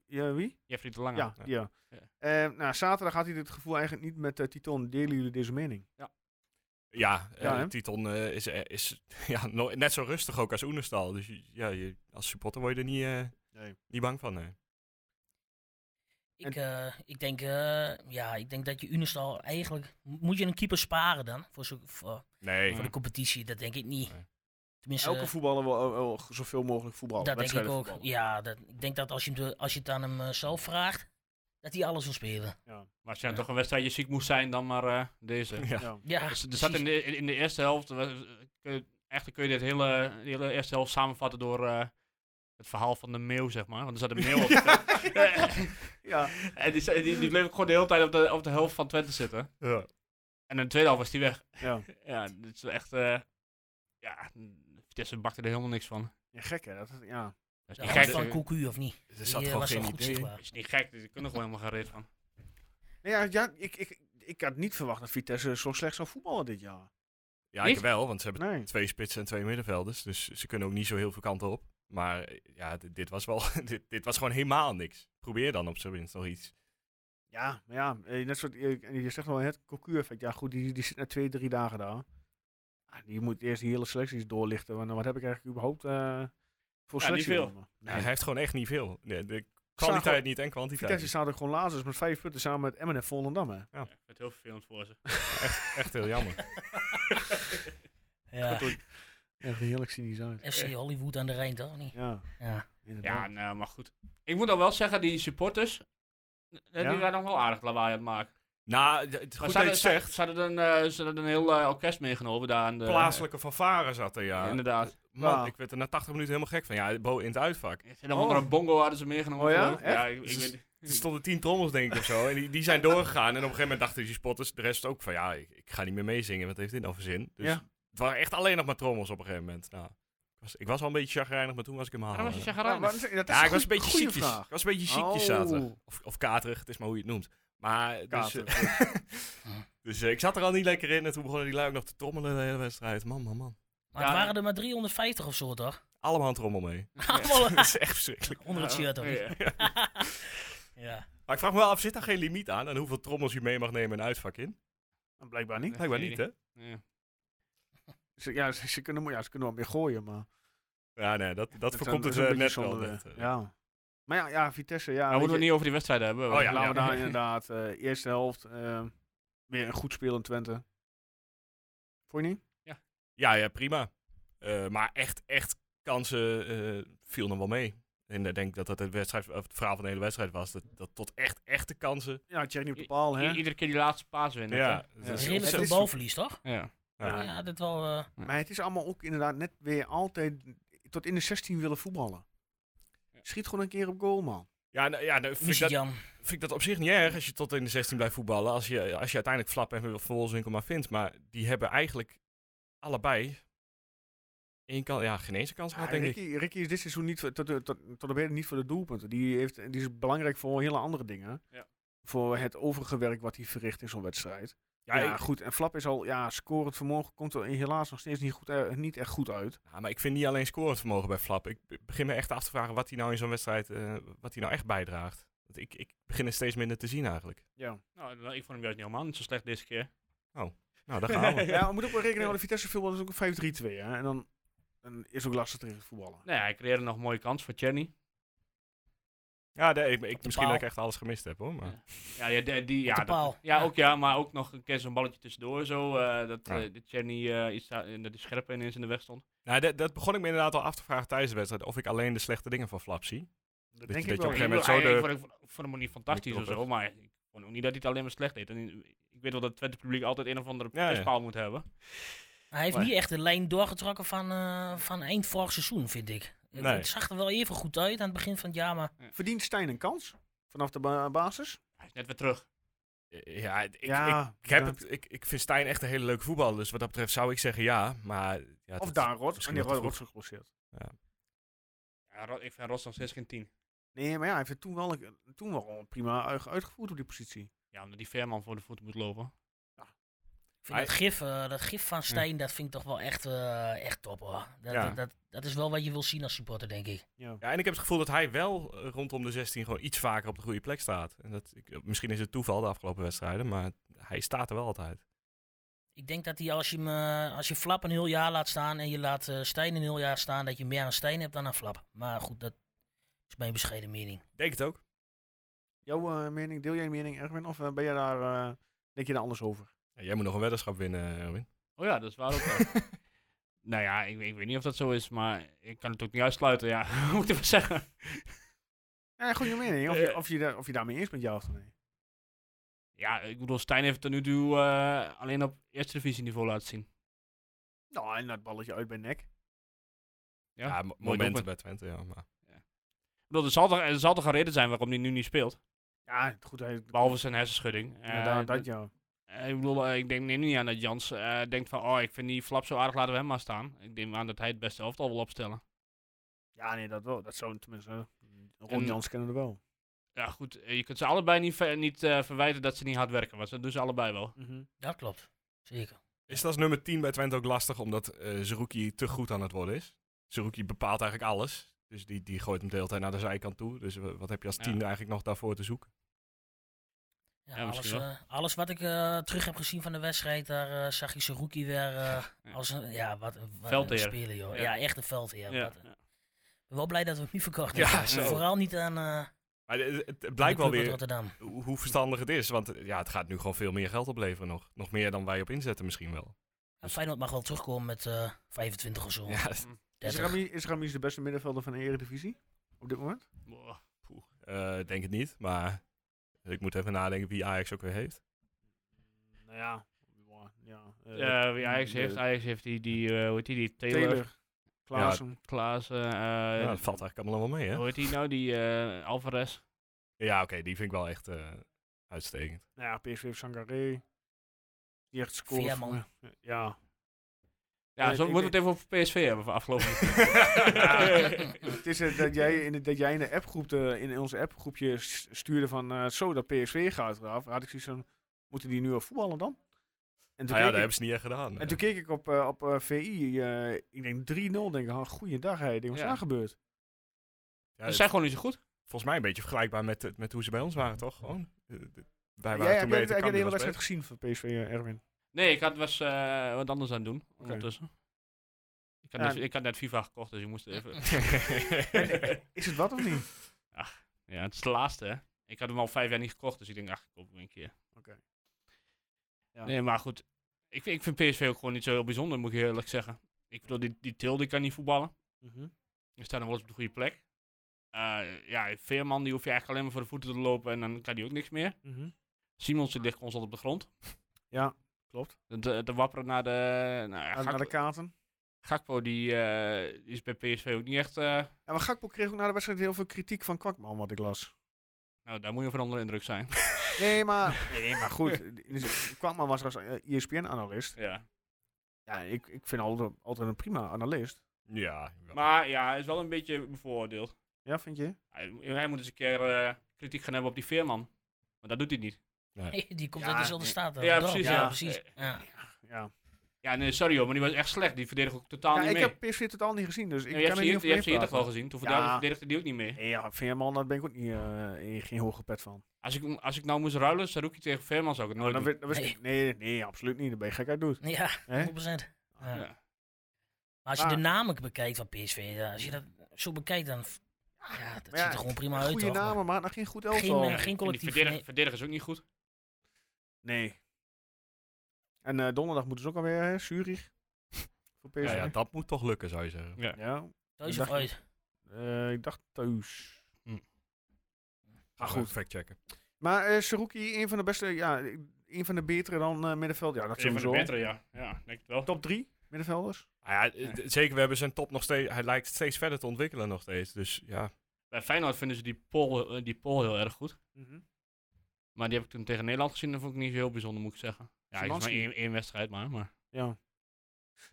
Ja, wie? Jeffrey te Lange. Ah, Ja, Ja. ja. Ja. Eh, nou, zaterdag had hij dit gevoel eigenlijk niet met eh, Titon. Delen jullie deze mening? Ja, eh, Ja, hè? Titon eh, is, eh, is ja, no- net zo rustig ook als Oenestal. Dus je- ja, je, als supporter word je er niet, eh, Nee. niet bang van. nee. Ik, eh, ik, denk, eh, ja, ik denk dat je Unistal eigenlijk... Moet je een keeper sparen dan? Voor, zo, voor, Nee, voor de competitie, dat denk ik niet. Nee. Tenminste, Elke voetballer wil eh, wel zoveel mogelijk voetballen. dat denk ik wedstrijden ook. voetballen. Ja, dat, ik denk dat als je, hem de- als je het aan hem eh, zelf vraagt, dat hij alles wil spelen. Maar als je dan Ja. toch een wedstrijdje ziek moest zijn, dan maar eh, deze. Ja. Ja. Ja, Dus er zat in, de, in de eerste helft, was- kun je- eigenlijk kun je dit hele, de hele eerste helft samenvatten door eh, het verhaal van de meeuw, zeg maar. Want er zat een meeuw op. Eh, Ja. en Eh, die, die, die bleef gewoon de hele tijd op de, op de helft van Twente zitten. Ja. En in de tweede helft was die weg. Ja. Ja, dit is wel echt... eh ja, Vitesse bakte er helemaal niks van. ja, gek hè. Dat, is- ja. Dat is de niet hand gek. van eh, Cocu of niet? er zat Die, eh, gewoon was wel geen goed idee. zichtbaar. Dat is niet gek, dus ik kunnen er gewoon helemaal geen reet van. Nee, ja, ja ik, ik, ik had niet verwacht dat Vitesse zo slecht zou voetballen dit jaar. Ja, ik Niet? wel, want ze hebben Nee. twee spitsen en twee middenvelders. Dus ze kunnen ook niet zo heel veel kanten op. Maar eh, ja, dit, dit was wel, dit, dit was gewoon helemaal niks. Probeer dan op zijn minst nog iets. Ja, maar ja, eh, net soort, eh, en je zegt wel het Cocu-effect. Ja, goed, die, die zit na twee, drie dagen daar. Ah, die moet eerst die hele selecties doorlichten. Want eh, wat heb ik eigenlijk überhaupt eh, Voor Ja, niet selectie veel. wel, maar- Nee, hij heeft gewoon echt niet veel. Nee, de Staan gewoon- kwaliteit niet en kwantiteit. Vitesse staat er gewoon laatst, dus met vijf punten samen met Emmen en Volendam. Hè. Ja, ik vind het heel vervelend voor ze. Echt, echt heel jammer. Ja. Echt heerlijk cynisch uit. FC Hollywood aan de Rijn, toch? Of niet? Ja, Ja. Ja, inderdaad. nou, maar goed. Ik moet dan wel zeggen, die supporters, eh, Ja? die waren nog wel aardig lawaai aan het maken. nou, d- het is Maar goed ze dat je hadden, het ze, zegt. ze hadden een, eh, ze hadden een heel eh, orkest meegenomen daar aan de... Plaatselijke fanfare zat er, ja. Inderdaad. Man, Ja. ik werd er na 80 minuten helemaal gek van. Ja, Bo in het uitvak. En nog onder een bongo hadden ze meegenomen. Oh ja? geloof ik. Ja, ik, ik Dus- weet niet. Hmm. Er stonden tien trommels, denk ik, of zo. En die, die zijn doorgegaan. En op een gegeven moment dachten die spotters, de rest ook, van ja, ik, ik ga niet meer meezingen. Wat heeft dit nou voor zin? Dus Ja. het waren echt alleen nog maar trommels op een gegeven moment. Nou, ik, was, ik was al een beetje chagrijnig, maar toen was ik hem Waarom was je halen. Ja, chagrijnig? maar Ah, dat is- dat is Ja, ik een was een goeie- beetje goeie ziekjes. Ik vraag. was een beetje ziekjes zaterdag. Oh, Of, of katerig, het is maar hoe je het noemt. Maar dus, eh, kater. dus eh, ik zat er al niet lekker in. En toen begonnen die lui ook nog te trommelen de hele wedstrijd. Man, man, man. Maar het Ja. waren er maar 350 of zo, toch? Allemaal een trommel mee. Allemaal dat is echt verschrikkelijk. onder het shirt, toch? Ja. Ja. Maar ik vraag me wel af, zit daar geen limiet aan? Aan hoeveel trommels je mee mag nemen in uitvak in? Nou, Blijkbaar niet. Blijkbaar niet, hè? Ja. Ze, ja, ze, ze kunnen, ja, ze kunnen wel meer gooien, maar... Ja, nee, dat, dat is voorkomt een- het is een eh, beetje net wel. zonde, net, eh, eh. ja. Maar ja, ja Vitesse, ja. Maar weet Nou, moeten we het je, niet over die wedstrijd hebben. Oh ja, Laten we daar ja. inderdaad. eh, eerste helft, eh, weer een goed spelend Twente. Vond je niet? Ja, ja, prima. Eh, maar echt, echt kansen eh viel nog wel mee. En ik denk dat dat het, wedstrijd, of het verhaal van de hele wedstrijd was. Dat, dat tot echt, echte kansen. Ja, Thierry op de I- paal, I- hè? iedere keer die laatste paas winnen. Ja, hè? dat Ja. is Redelijk het veel is- balverlies, toch? Ja. Ja, Ja. dat wel... eh, Maar het is allemaal ook inderdaad net weer altijd tot in de 16 willen voetballen. Schiet gewoon een keer op goal, man. Ja, nou, ja nou, vind, ik Missie dat, Jan. vind ik dat op zich niet erg als je tot in de 16 blijft voetballen. Als je, als je uiteindelijk Flap en Van Wolfswinkel maar vindt. Maar die hebben eigenlijk allebei één kan, ja, geen eens een kans Ja, gehad, denk ik. Ah, Ricky, Ricky is dit seizoen niet, voor- tot, tot, tot, op heden niet voor de doelpunten. Die, heeft, die is belangrijk voor hele andere dingen. Ja. Voor het overige werk wat hij verricht in zo'n wedstrijd. Ja, Ja, ik- goed. En Flap is al, ja, scorend vermogen komt er helaas nog steeds niet, goed, uit- niet echt goed uit. Ja, Nou, maar ik vind niet alleen scorend vermogen bij Flap. Ik be- begin me echt af te vragen wat hij nou in zo'n wedstrijd, eh, wat hij nou echt bijdraagt. Want ik, ik begin het steeds minder te zien eigenlijk. Ja. Nou, ik vond hem juist niet helemaal niet zo slecht deze keer. Nou, daar gaan we. ja, we moeten ook wel rekening houden. Vitesse voetbal is ook een 5-3-2. Hè? En dan, dan is het ook lastig tegen het voetballen. Nee, hij creëerde nog een mooie kans voor Tjerny. Ja, nee, ik, ik- de misschien paal. dat ik echt alles gemist heb hoor. Maar... Ja, ja, die, die- ja, de dat- paal. ja, Ja. ook ja, maar ook nog een keer zo'n balletje tussendoor. Zo, eh, dat Ja. eh, dat Tjerny eh, iets daar- dat die scherp ineens in de weg stond. Nou, dat, dat begon ik me inderdaad al af te vragen tijdens de wedstrijd. Of ik alleen de slechte dingen van Flap zie. Dat je- denk dat ik je wel. op een gegeven ik, moment bedoel, zo hij- de- ik vond, ik vond hem ook niet fantastisch Niet of zo, top, maar ik vond ook niet dat hij het alleen maar slecht deed. En ik weet wel dat het Twente publiek altijd een of andere Ja, ja. testpaal moet hebben. Hij heeft Maar- niet echt de lijn doorgetrokken van, eh, van eind vorig seizoen, vind ik. Nee. Het zag er wel even goed uit aan het begin van het jaar, maar Verdient Stijn een kans? Vanaf de ba- basis? Hij is net weer terug. Eh, Ja, ik, ik, Ja, ik, heb dat- het, ik, ik vind Stijn echt een hele leuke voetballer. Dus wat dat betreft zou ik zeggen ja. Maar, ja, Of dat- Daarot. En misschien die wat te Rood is geblesseerd. Ja, Ro- ik vind Ross nog steeds geen 10. Nee, maar ja, hij heeft toen wel, een- toen wel prima uit- uitgevoerd op die positie. Ja, omdat die Veerman voor de voeten moet lopen. ik vind Hij- dat, gif, eh, dat gif van Stijn, dat vind ik toch wel echt, eh, echt top hoor. Dat, Ja. dat, dat, dat is wel wat je wil zien als supporter, denk ik. Ja. Ja, en ik heb het gevoel dat hij wel eh, rondom de 16 gewoon iets vaker op de goede plek staat. En dat, ik, eh, misschien is het toeval de afgelopen wedstrijden, maar hij staat er wel altijd. Ik denk dat hij als je, hem, eh, als je Flap een heel jaar laat staan en je laat eh, Stijn een heel jaar staan, dat je meer aan Stijn hebt dan aan Flap. Maar goed, dat is mijn bescheiden mening. Ik Denk het ook. Jouw eh, mening, deel jij je mening, Erwin? Of eh, ben je daar, eh, denk je daar anders over? Ja, jij moet nog een weddenschap winnen, eh, Erwin. Oh ja, dat is waar ook wel. nou ja, ik, ik weet niet of dat zo is, maar ik kan het ook niet uitsluiten. Ja, Hoe moet ik maar zeggen. Ja, goede mening. Of je, Eh. of, je daar, of je daarmee eens bent, ja of nee. Ja, ik bedoel, Stijn heeft het tot nu toe eh, alleen op eerste divisieniveau laten zien. Nou, en dat balletje uit bij nek. Ja, Ja, mo- mooi momenten doelpunt. bij Twente, ja. Maar. Ik bedoel, er, zal toch, er zal toch een reden zijn waarom hij nu niet speelt. Ja, goed. Hij, Behalve zijn hersenschudding. Eh, inderdaad, d- dat ja. eh, ik bedoel, eh, ik denk neem niet aan dat Jans eh, denkt van, oh, ik vind die flap zo aardig, laten we hem maar staan. Ik neem aan dat hij het beste elftal wil opstellen. Ja, nee, dat wel. Dat zou tenminste. eh, Ron En- Jans kennen er wel. Ja, goed, eh, je kunt ze allebei niet, ver- niet eh, verwijten dat ze niet hard werken, want dat doen ze allebei wel. Dat klopt, zeker. Is dat als nummer 10 bij Twente ook lastig, omdat eh Zerouki te goed aan het worden is? Zerouki bepaalt eigenlijk alles. Dus die, die gooit hem de hele tijd naar de zijkant toe. Dus wa- wat heb je als Ja. 10 eigenlijk nog daarvoor te zoeken? Ja, Ja, alles, misschien wel. eh, alles wat ik eh, terug heb gezien van de wedstrijd, daar eh, zag je Saruki weer eh, Ja. als een, ja, wat, een- wat een Veldheer. speler, joh. Ja. Ja. echt een veldheer. Ja, Wat, ja. ben wel blij dat we hem niet verkocht Ja, hebben. zo. Vooral niet aan eh, aan Maar het, het- het de blijkt wel Club uit weer Rotterdam. hoe hoe verstandig het is. Want eh, ja, het gaat nu gewoon veel meer geld opleveren nog. Nog meer dan wij op inzetten misschien wel. En Feyenoord mag wel terugkomen met eh, 25 of zo. Ja, Is 30. Rami, is Rami de beste middenvelder van de Eredivisie? Op dit moment? Boah. eh, denk het niet. Maar ik moet even nadenken wie Ajax ook weer heeft. Nou ja. Ja, eh, Ja, wie Ajax heeft, Ajax heeft die, die eh, hoe heet die, die Taylor, Klaassen. Klaassen, eh, Ja, Nou, dat valt eigenlijk allemaal wel mee, hè? Oh, hoe heet die nou, die eh, Alvarez. Ja, oké, die vind ik wel echt eh, uitstekend. Nou ja, PSV heeft Sangaré. Die echt scoort. Veerman. voor me. Ja. Ja, Eh, zo ik- moeten we het even over PSV hebben van afgelopen Het is eh, dat, jij in de, dat jij in de appgroep, de, in ons appgroepje s- stuurde van eh, zo dat PSV gaat eraf. Had ik zoiets van, moeten die nu al voetballen dan? En Nou ja, dat keek ik- hebben ze niet echt gedaan. En toen keek ik op, eh, op eh, VI, eh, ik denk 3-0, denk ik, oh, goeiedag, hey, ik denk, wat is Ja. daar gebeurd? Ja, Ze het- zijn gewoon niet zo goed. volgens mij een beetje vergelijkbaar met, eh, met hoe ze bij ons waren, toch? Gewoon. Eh, d- wij Ja, waren ja, toen ik, heb- beter, ik heb de Cambuur hele was wedstrijd gezien van PSV, eh, Erwin. Nee, ik had was, eh, wat anders aan het doen ondertussen. Ik, had Ja. net, ik had net FIFA gekocht, dus ik moest even... beter. Is het wat of niet? ja, het is de laatste, hè. Ik had hem al vijf jaar niet gekocht, dus ik denk, ach, ik koop hem een keer. Oké. Ja. Nee, maar goed. Ik, vind- ik vind PSV ook gewoon niet zo heel bijzonder, moet ik je eerlijk zeggen. Ik bedoel, die, die Til, die kan niet voetballen. Mhm, Die staat nog wel eens op de goede plek. Eh, ja, Veerman, die hoef je eigenlijk alleen maar voor de voeten te lopen en dan kan die ook niks meer. mhm. Simons, die ligt constant op de grond. Ja, klopt. De, de wapperen naar de. Nou, Aan- ja, Naar Gakpo, de kaarten. Gakpo, die eh, is bij PSV ook niet echt. eh, En maar Gakpo kreeg ook na de wedstrijd heel veel kritiek van Kwakman, wat ik las. nou, daar moet je van onder de indruk zijn. Nee, maar, nee, maar goed, eh, Kwakman was als ESPN-analyst. ja. Ja, ik, ik vind altijd, altijd een prima analist. ja, wel. Maar ja, hij is wel een beetje bevoordeeld. Ja, vind je? Hij, hij moet eens een keer eh, kritiek gaan hebben op die Veerman. Maar dat doet hij niet. Die komt Ja, uit dezelfde staat. eh, Ja, dorp. precies, ja. Ja, precies. Eh, Ja. Ja. Ja, nee, sorry hoor, maar die was echt slecht. Die verdedigt ook totaal ja niet ik mee. heb PSV totaal niet gezien, dus ik Ja, je kan hebt er ze niet hier- je hebt ze overheen hier toch wel praten. gezien. Toen Ja. verdedigde die ook niet mee. Nee, Ja, Veerman, daar ben ik ook niet, eh, eh, geen hoge pet van. Als ik, als ik nou moest ruilen, Saruki tegen Veerman zou ik het nooit Dan doen. wist- dan wist Nee. ik- nee, nee, absoluut niet. Dan ben je gek uit doet. ja, Hè? 100%. Ja. Maar Ja. als je de Ah. namen bekijkt van PSV, ja, als je dat zo bekijkt, dan ja, dat ja, ziet er gewoon prima uit. Goede toch? namen, maar nog geen goed elftal. Geen, eh, En die geen collectief. verdedig- nee. verdediger is ook niet goed. nee. En eh, donderdag moeten ze ook alweer, hè? Zurich. Voor PSV. ja, ja, Ja, dat moet toch lukken, zou je zeggen. Thuis Dag- of uit? eh, ik dacht thuis. Maar goed. goed, fact checken. Maar eh Saruki, een van de beste, ja, een van de betere dan eh, middenveld. Ja, dat Een van de sowieso. betere, ja. Ja, denk het wel. Top drie middenvelders. Nou ja, d- zeker, we hebben zijn top nog steeds. Hij lijkt steeds verder te ontwikkelen nog steeds. Dus ja. Bij Feyenoord vinden ze die Pol, eh, die Pol heel erg goed. Maar die heb ik toen tegen Nederland gezien. Dat vond ik niet zo heel bijzonder, moet ik zeggen. Ja, het is maar Szymanski. één, één wedstrijd maar. maar. Ja.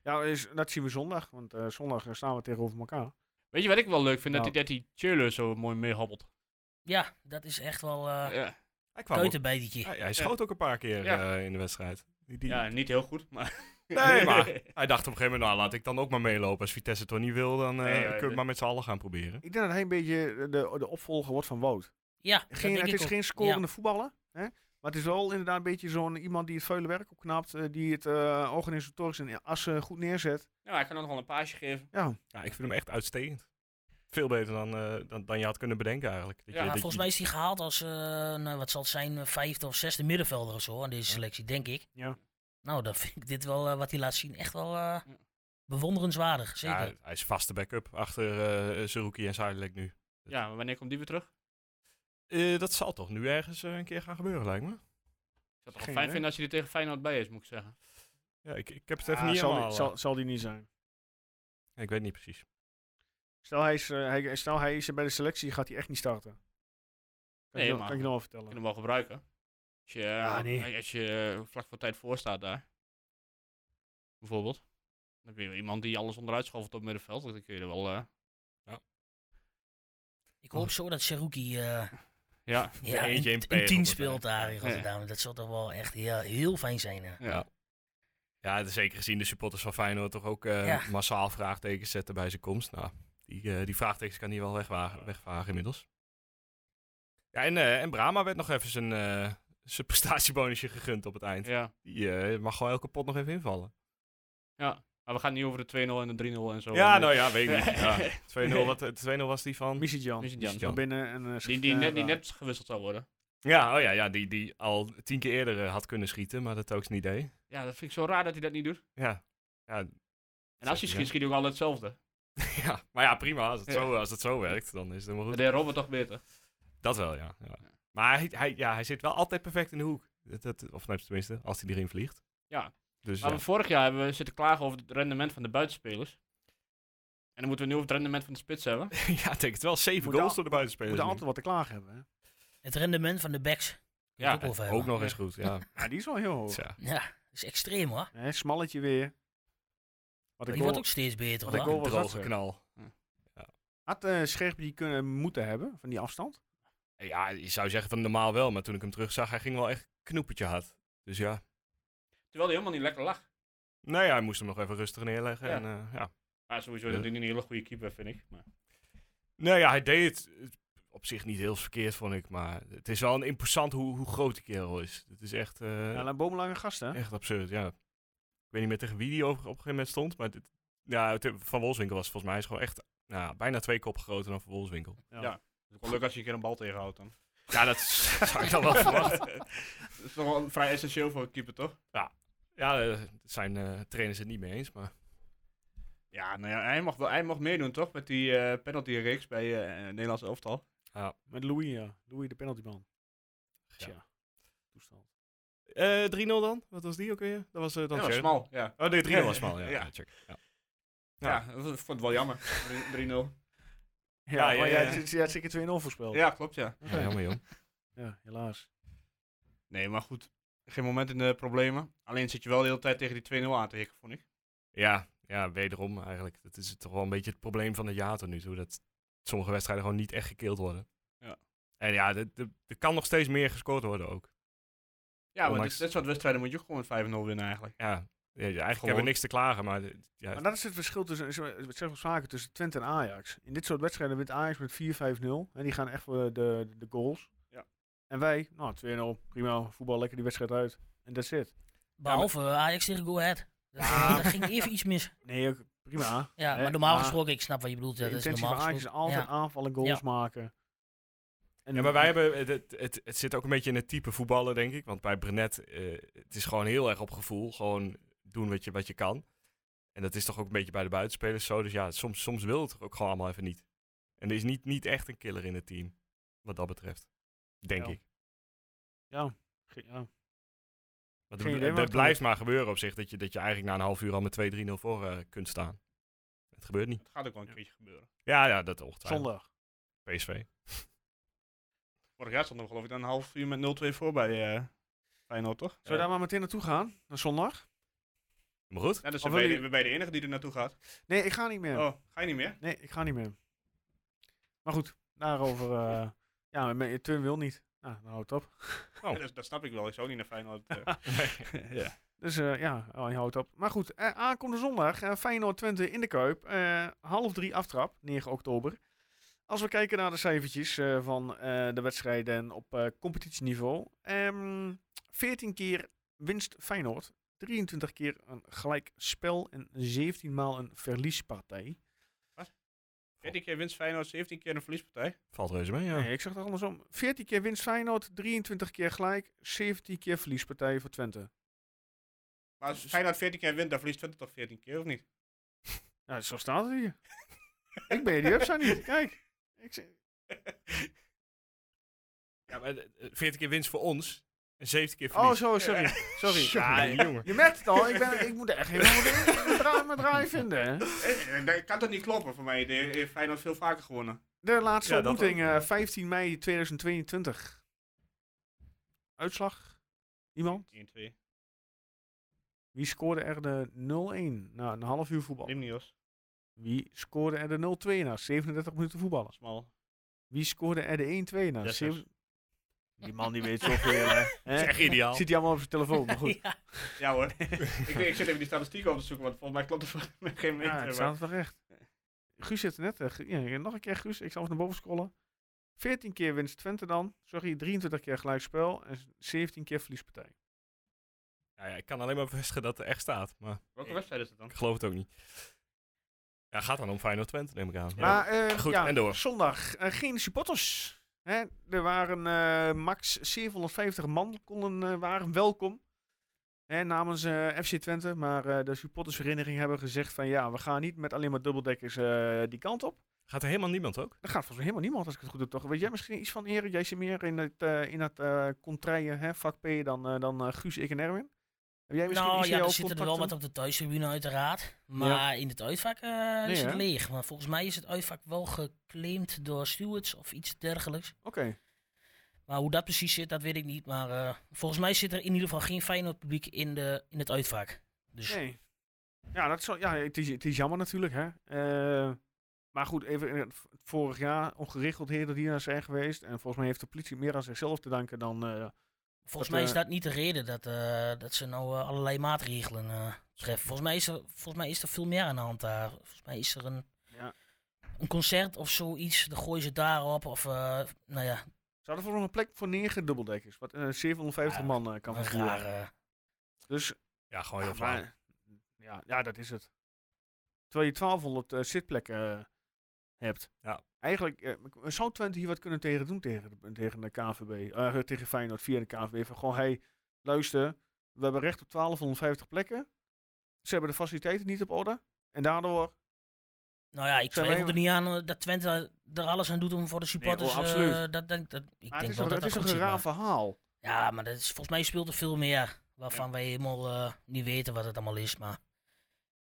Ja, is, dat zien we zondag. Want eh, zondag eh, staan we tegenover elkaar. Weet je wat ik wel leuk vind? Nou. Dat die, dat die Churler zo mooi meehobbelt. Ja, dat is echt wel eh ja. Hij kwam. ook- kuitenbijtje. hij, hij schoot ook een paar keer Ja. eh, in de wedstrijd. Die, die- ja, niet heel goed, maar... Nee, maar hij dacht op een gegeven moment, nou laat ik dan ook maar meelopen. Als Vitesse het toch niet wil, dan eh Nee, ja, kunnen we dit- het maar met z'n allen gaan proberen. Ik denk dat hij een beetje de, de opvolger wordt van Wout. Ja, dat Geen, denk het ik is ook. geen scorende voetballer. Hè? Maar het is wel inderdaad een beetje zo'n iemand die het vuile werk opknapt. eh, die het eh, organisatorisch en assen goed neerzet. Nou, hij kan ook nog wel een paasje geven. Ja, Ja, ik vind hem echt uitstekend. Veel beter dan, eh, dan, dan je had kunnen bedenken eigenlijk. Dat Ja, je- Ja, dat volgens je- mij is hij gehaald als, eh, nou, wat zal het zijn, eh, vijfde of zesde middenvelder of zo aan deze selectie, denk ik. Ja. Nou, dan vind ik dit wel, eh, wat hij laat zien, echt wel eh, Ja. bewonderenswaardig, zeker. ja, hij is vaste backup achter eh Zerouki en Zuidelijk nu. Ja, maar wanneer komt die weer terug? Ik Eh, dat zal toch nu ergens eh, een keer gaan gebeuren, lijkt me. zou het toch Geen wel fijn idee. vinden als hij er tegen Feyenoord bij is, moet ik zeggen. Ja, ik, ik heb het even Ah, niet zal, helemaal... die, eh, zal, zal die niet zijn. Ik weet niet precies. Stel hij, is, eh, hij, stel hij is bij de selectie, gaat hij echt niet starten. Kan, Nee, ik, je- maar- kan ik je nog wel Ik vertellen. kan hem wel gebruiken. Als je, Ja, nee. als je eh, vlak voor tijd voor staat daar. Bijvoorbeeld. Dan heb je iemand die alles onderuit schoffelt op middenveld. Dan kun je er wel... eh, Ik oh. hoop zo dat Seruki ja. ja, eentje in een, P, een team Robert, speelt hè. daar in Rotterdam. Dat zal toch wel echt heel, heel fijn zijn. eh. ja. Ja, het is zeker gezien de supporters van Feyenoord toch ook eh, Ja. massaal vraagtekens zetten bij zijn komst. Nou, die, eh, die vraagtekens kan hij wel wegwagen, wegvagen inmiddels. Ja, en, eh, en Brahma werd nog even zijn, eh, zijn prestatiebonusje gegund op het eind. Ja. Die eh, mag gewoon elke pot nog even invallen. Ja. Maar we gaan niet over de 2-0 en de 3-0 en zo. Ja, En, nou eh, ja, weet ik niet. Ja. 2-0, wat, eh, 2-0 was die van? Misijan. Misitjan. Misitjan. Van binnen en... eh, Die, schiet, die, eh, net, die nou. raar. net gewisseld zou worden. Ja, oh ja, ja die, die al tien keer eerder eh, had kunnen schieten, maar dat ook niet deed. Ja, dat vind ik zo raar dat hij dat niet doet. Ja. Ja, En als hij Ja. schiet, schiet hij ook altijd hetzelfde. ja, maar ja, prima. Als het, Ja. Zo, als het zo werkt, dan is het helemaal Dat goed. deed Robert toch beter. Dat wel, ja. ja. Maar hij, hij, ja, hij zit wel altijd perfect in de hoek. Dat, dat, of nou, tenminste, als hij erin vliegt. Ja. Dus Maar ja. we vorig jaar hebben we zitten klagen over het rendement van de buitenspelers. En dan moeten we nu over het rendement van de spits hebben. ja, ik denk het wel. Zeven Moet goals al- door de We buitenspelers. moeten nu. altijd wat te klagen hebben. Hè? Het rendement van de backs. Ja, ook over ook hebben. nog eens goed. Ja. Ja, die is wel heel hoog. Tja. Ja, dat is extreem hoor. Hè, smalletje weer. Wat ik Die wordt ook steeds beter wat ik hoor. hoor- was Een dat, droge zeg? knal. Had eh Scherpen die kunnen moeten hebben van die afstand? Ja, je zou zeggen van normaal wel, maar toen ik hem terugzag, hij ging wel echt knoepertje hard. Dus ja. Terwijl hij helemaal niet lekker lag. Nou ja, hij moest hem nog even rustig neerleggen. Ja. En, eh, ja. Maar sowieso Ja. dat hij niet een hele goede keeper vind ik. Maar Nou ja, hij deed het eh, op zich niet heel verkeerd, vond ik. Maar het is wel een imposant hoe, hoe groot die kerel is. Het is echt, eh, Ja, een boomlange gast, hè? echt absurd, ja. Ik weet niet meer tegen wie die op, op een gegeven moment stond. Maar dit, ja, het- Van Wolfswinkel was volgens mij is gewoon echt nou, bijna twee koppen groter dan Van Wolfswinkel. Ja. het is wel leuk als je een keer een bal tegenhoudt dan. Ja, dat s- zou ik dan wel verwachten. Dat is toch wel vrij essentieel voor een keeper, toch? Ja, eh, daar zijn eh, trainers het niet mee eens. Maar Ja, nou ja, hij mag, wel, hij mag meedoen, toch? Met die penaltyreeks penalty reeks bij eh Nederlands elftal. Met Louis, ja. Louis de penaltyman. Ja. Tja. Toestand. Eh, 3-0 dan? Wat was die ook weer? Dat was eh, dan Dat was Sher- smal, ja. Oh, nee, 3-0 was mal. Ja, Ja. ja. check. Ja. Ja, dat vond ik wel jammer. 3-0. Ja, ja, maar ja, jij ja. jij had zeker 2-0 voorspeld. Ja, klopt, ja. Oké. Ja, jammer, joh. Ja, helaas. Nee, maar goed. Geen moment in de problemen. Alleen zit je wel de hele tijd tegen die 2-0 aan te hikken, vond ik. Ja, ja, wederom eigenlijk. Dat is toch wel een beetje het probleem van het jaar tot nu toe. Dat sommige wedstrijden gewoon niet echt gekeeld worden. Ja. En ja, er- er er kan nog steeds meer gescoord worden ook. Ja, maar Ondanks- dit, dit soort wedstrijden moet je ook gewoon met 5-0 winnen eigenlijk. Ja, ja, ja, eigenlijk Gewoon- hebben we niks te klagen, maar eh, ja, Maar dat is het verschil tussen, zo- ik zeg wel vaker, tussen Twente en Ajax. In dit soort wedstrijden wint Ajax met 4-5-0. En die gaan echt voor de, de goals. Ja. En wij, nou 2-0, prima, voetbal lekker die wedstrijd uit. En that's it. Behalve eh, Ajax tegen Go Ahead. Dat, Ah. dat ging even iets mis. Nee, ook prima. Ja, Hè, maar normaal maar gesproken, ik snap wat je bedoelt. ja, de Dat is intentie normaal van Ajax is gesproken. altijd ja. aanvallen, goals Ja. maken. En Ja, maar wij hebben, het, het, het, het zit ook een beetje in het type voetballen, denk ik. Want bij Brenet, eh het is gewoon heel erg op gevoel. Gewoon doen wat je, wat je kan. En dat is toch ook een beetje bij de buitenspelers zo. Dus ja, soms, soms wil het ook gewoon allemaal even niet. En er is niet, niet echt een killer in het team, wat dat betreft. Denk Ja. ik. Ja. Want Geen het, idee het waar het blijft maar gebeuren op zich, dat je, dat je eigenlijk na een half uur al met 2-3-0 voor eh, kunt staan. Het gebeurt niet. Het gaat ook wel een keertje gebeuren. Ja, ja, dat ongetwijfeld. Zondag. PSV. Vorig jaar stond er geloof ik dan een half uur met 0-2 voor bij eh Feyenoord, toch? Zullen we daar maar meteen naartoe gaan? Naar zondag? Maar goed. Ja, dus Of ben je, wil de- ben je de enige die er naartoe gaat. Nee, ik ga niet meer. Oh, ga je niet meer? Nee, ik ga niet meer. Maar goed, daarover. eh ja, mijn Twin wil niet. Nou, dan houdt het op. Oh. Ja, dat, dat snap ik wel. Ik zou ook niet naar Feyenoord. eh. ja. Dus eh, ja, oh, je houdt op. Maar goed, eh, aankomende zondag. eh, Feyenoord Twente in de Kuip. eh, half drie aftrap, 9 oktober. Als we kijken naar de cijfertjes eh, van eh, de wedstrijden op eh, competitieniveau. ehm 14 keer winst Feyenoord. 23 keer een gelijk spel en 17 maal een verliespartij. 14 keer winst Feyenoord, 17 keer een verliespartij. Valt reuze mee, ja. Nee, ik zeg het andersom. 14 keer winst Feyenoord, 23 keer gelijk, 17 keer verliespartij voor Twente. Maar Dus- als Feyenoord 14 keer wint, dan verliest Twente toch 14 keer, of niet? Nou, zo staat het hier. ik ben die website niet. Kijk. Ik zeg- Ja, maar eh, 40 keer winst voor ons en 70 keer verlies. oh, zo, sorry. Sorry. Ja, Jongen, jongen. je merkt het al, ik, ben, ik moet echt helemaal mijn draai, mijn draai vinden. hè. Eh, eh, dat kan toch niet kloppen voor mij? idee. Heeft Feyenoord veel vaker gewonnen. De laatste Ja, dat ontmoeting, ook. eh, 15 mei 2022. Uitslag? Iemand? 1-2. Wie scoorde er de 0-1 na een half uur voetbal? Limnios, Wie scoorde er de 0-2 na 37 minuten voetballen? smal. Wie scoorde er de 1-2 na? Dessers. Zeven- Die man die weet zoveel, hè. Dat hè? is echt ideaal. Zit hij allemaal op zijn telefoon, maar goed. Ja. Ja hoor. ik, ik zit even die statistieken op te zoeken, want volgens mij klopt er voor geen meter. Ja, maar- het staat wel recht. Guus zit er net. eh, Gu- ja, nog een keer Guus, ik zal even naar boven scrollen. 14 keer winst Twente dan. Sorry, 23 keer gelijkspel en 17 keer verliespartij. Ja, ja, ik kan alleen maar bevestigen dat het echt staat. Maar Welke wedstrijd is het dan? ik geloof het ook niet. Ja, gaat dan om Feyenoord Twente, neem ik aan. Ja. Maar eh, Goed, ja, en door. zondag eh, geen supporters. Hè? Er waren eh, max 750 man konden, eh, waren welkom. Hè, namens eh, FC Twente. Maar eh, de supportersvereniging hebben gezegd van ja, we gaan niet met alleen maar dubbeldekkers eh, die kant op. Gaat er helemaal niemand ook? Er gaat volgens mij helemaal niemand als ik het goed doe toch. Weet jij misschien iets van Erik? Jij zit meer in het, eh in het eh contraille hè, vak P dan, eh, dan eh, Guus, ik en Erwin. Heb jij misschien Nou iets ja, in er jouw zitten er wel wat contacten? op de thuistribune uiteraard. Maar in het uitvak eh, is het hè? leeg. Maar volgens mij is het uitvak wel geclaimd door stewards of iets dergelijks. Oké. Maar hoe dat precies zit, dat weet ik niet. Maar eh, volgens mij zit er in ieder geval geen Feyenoord publiek in, de, in het uitvak. Dus Nee. Ja, dat zou, ja het, is, het is jammer natuurlijk. Hè? Eh, maar goed, even in het v- vorig jaar ongeregeldheden die er zijn geweest. En volgens mij heeft de politie meer aan zichzelf te danken dan. eh, volgens Dat, mij is eh, dat niet de reden dat, eh, dat ze nou eh, allerlei maatregelen eh, treffen. Volgens mij, is er, volgens mij is er veel meer aan de hand daar. Volgens mij is er een, Ja. een concert of zoiets. Dan gooien ze daarop. Of eh, nou ja, ze hadden volgens mij een plek voor negen dubbeldekkers. Wat eh, 750 Ja, man eh, kan een vervoeren. rare... Dus Ja, Oh, gewoon heel ja, flauw. maar- ja, ja, dat is het. Terwijl je 1200 eh, zitplekken eh, hebt. Ja. Eigenlijk eh, k- zou Twente hier wat kunnen tegen doen tegen de, tegen de KVB. eh, tegen Feyenoord via de KVB. Van gewoon, hé, hey, luister, we hebben recht op 1250 plekken. Ze hebben de faciliteiten niet op orde. En daardoor... Nou ja, ik Zijn twijfel wij- er niet aan eh, dat Twente er alles aan doet om voor de supporters. oh, absoluut. eh, dat denk, dat, Maar ah, het is, ik denk toch wel dat het is dat goed toch een zit, maar- raar verhaal. Ja, maar dat is, volgens mij speelt er veel meer. Waarvan wij helemaal eh, niet weten wat het allemaal is. Maar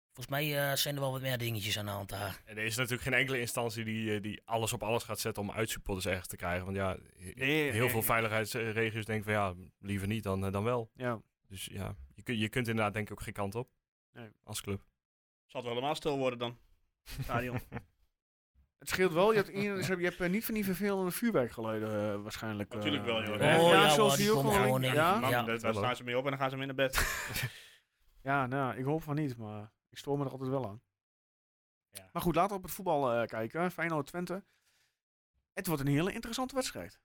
volgens mij eh, zijn er wel wat meer dingetjes aan de hand daar. En er is natuurlijk geen enkele instantie die, eh, die alles op alles gaat zetten om uitsupporters ergens te krijgen. Want ja, he- Nee, heel eh, veel veiligheidsregio's denken van ja, liever niet dan, eh, dan wel. Ja. Dus ja, je, kun- je kunt inderdaad denk ik ook geen kant op. Nee. Als club. Zal het wel helemaal stil worden dan? Stadion. Het scheelt wel, je hebt, in- je hebt, je hebt eh, niet van die vervelende vuurwerkgeluiden eh, waarschijnlijk. eh, Natuurlijk wel, joh. eh, Oh, ja, ja, hoor, zoals die hier komen gewoon- gewoon in. ja? Man, Ja. dat- daar staan ze mee op en dan gaan ze mee naar bed. Ja, nou, ik hoop van niet, maar ik stoor me er altijd wel aan. Ja. Maar goed, laten we op het voetbal eh, kijken. Feyenoord Twente. Het wordt een hele interessante wedstrijd.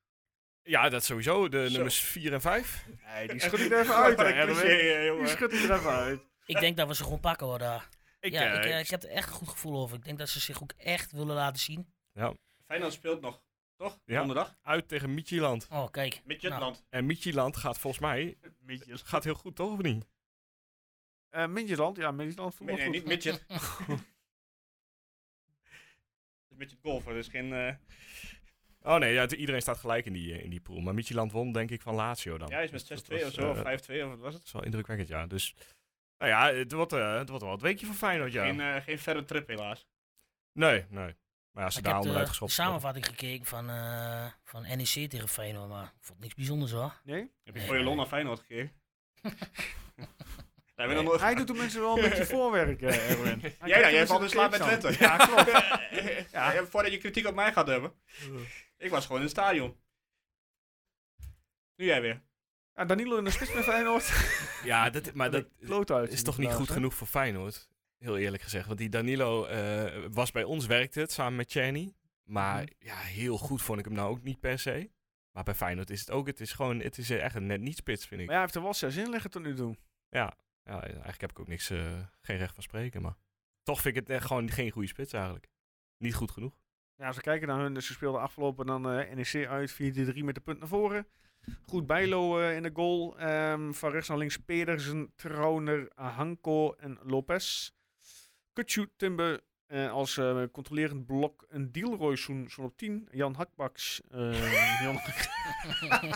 Ja, dat sowieso. De Zo. nummers 4 en 5. Nee, die schud ik er even uit, hè, Wat een Erwin. cliché, eh, jongen. Die schud ik er even uit. Ik denk dat we ze gewoon pakken hoor daar. Ik, ja, ik, eh, eh, ik heb er echt een goed gevoel over. Ik denk dat ze zich ook echt willen laten zien. Feyenoord speelt nog, toch? Ja. Donderdag. uit tegen Michieland. Oh, kijk. Midgetland. En Michieland gaat volgens mij Nou, Midget. gaat heel goed, toch of niet? Eh Midtjylland, ja, Midtjylland voetbal Nee, nee, goed. niet midget. Het is midget golf, dat is geen... eh, Oh nee, ja, t- iedereen staat gelijk in die, eh, in die pool. Maar Michieland won denk ik van Lazio dan. ja, hij is Dus met dat 6-2 of was, zo, eh, of 5-2 of wat was het? Dat is wel indrukwekkend, ja. Dus, nou ja, het wordt, eh, het wordt wel het weekje voor Feyenoord, ja. Geen, eh, geen verre trip helaas. Nee, nee. Maar ja, ze Ik daar heb de, onderuit de geschopt. samenvatting gekeken van, eh, van NEC tegen Feyenoord. Maar ik vond het niks bijzonders hoor. Nee? Heb je Nee. voor je lon naar Feyenoord gekregen? Daar hebben we nog nooit Hij doet de mensen wel een beetje voorwerk, eh, Erwin. Hij Jij, kijkt ja, de jij mensen valt in slaap met tegenstand. Twente. Ja, klopt. Eh. ja. Voordat je kritiek op mij gaat hebben. Ik was gewoon in het stadion. Nu jij weer. Ja, Danilo in de spits met Feyenoord. Ja, dat, maar dat Kloot uit. is toch niet goed genoeg voor Feyenoord? Heel eerlijk gezegd. Want die Danilo eh, was bij ons, werkte het samen met Cheney. Maar Mhm. ja, heel goed vond ik hem nou ook niet per se. Maar bij Feyenoord is het ook. Het is gewoon, het is eh, echt een net niet spits, vind ik. Maar ja, hij heeft er wel zes in liggen tot nu toe. Ja, eigenlijk heb ik ook niks, eh, geen recht van spreken. Maar toch vind ik het echt gewoon geen goede spits eigenlijk. Niet goed genoeg. Ja, als we kijken naar hun, dus ze speelden afgelopen dan eh, NEC uit, 4-3 met de punt naar voren. Goed Bijlo eh, in de goal. Ehm, van rechts naar links Pedersen, Trauner, Hanko en Lopez. Kutsu, Timber eh, als eh, controlerend blok een Dielroy zo'n zo'n op 10. Jan Hakbaks. eh, Jan,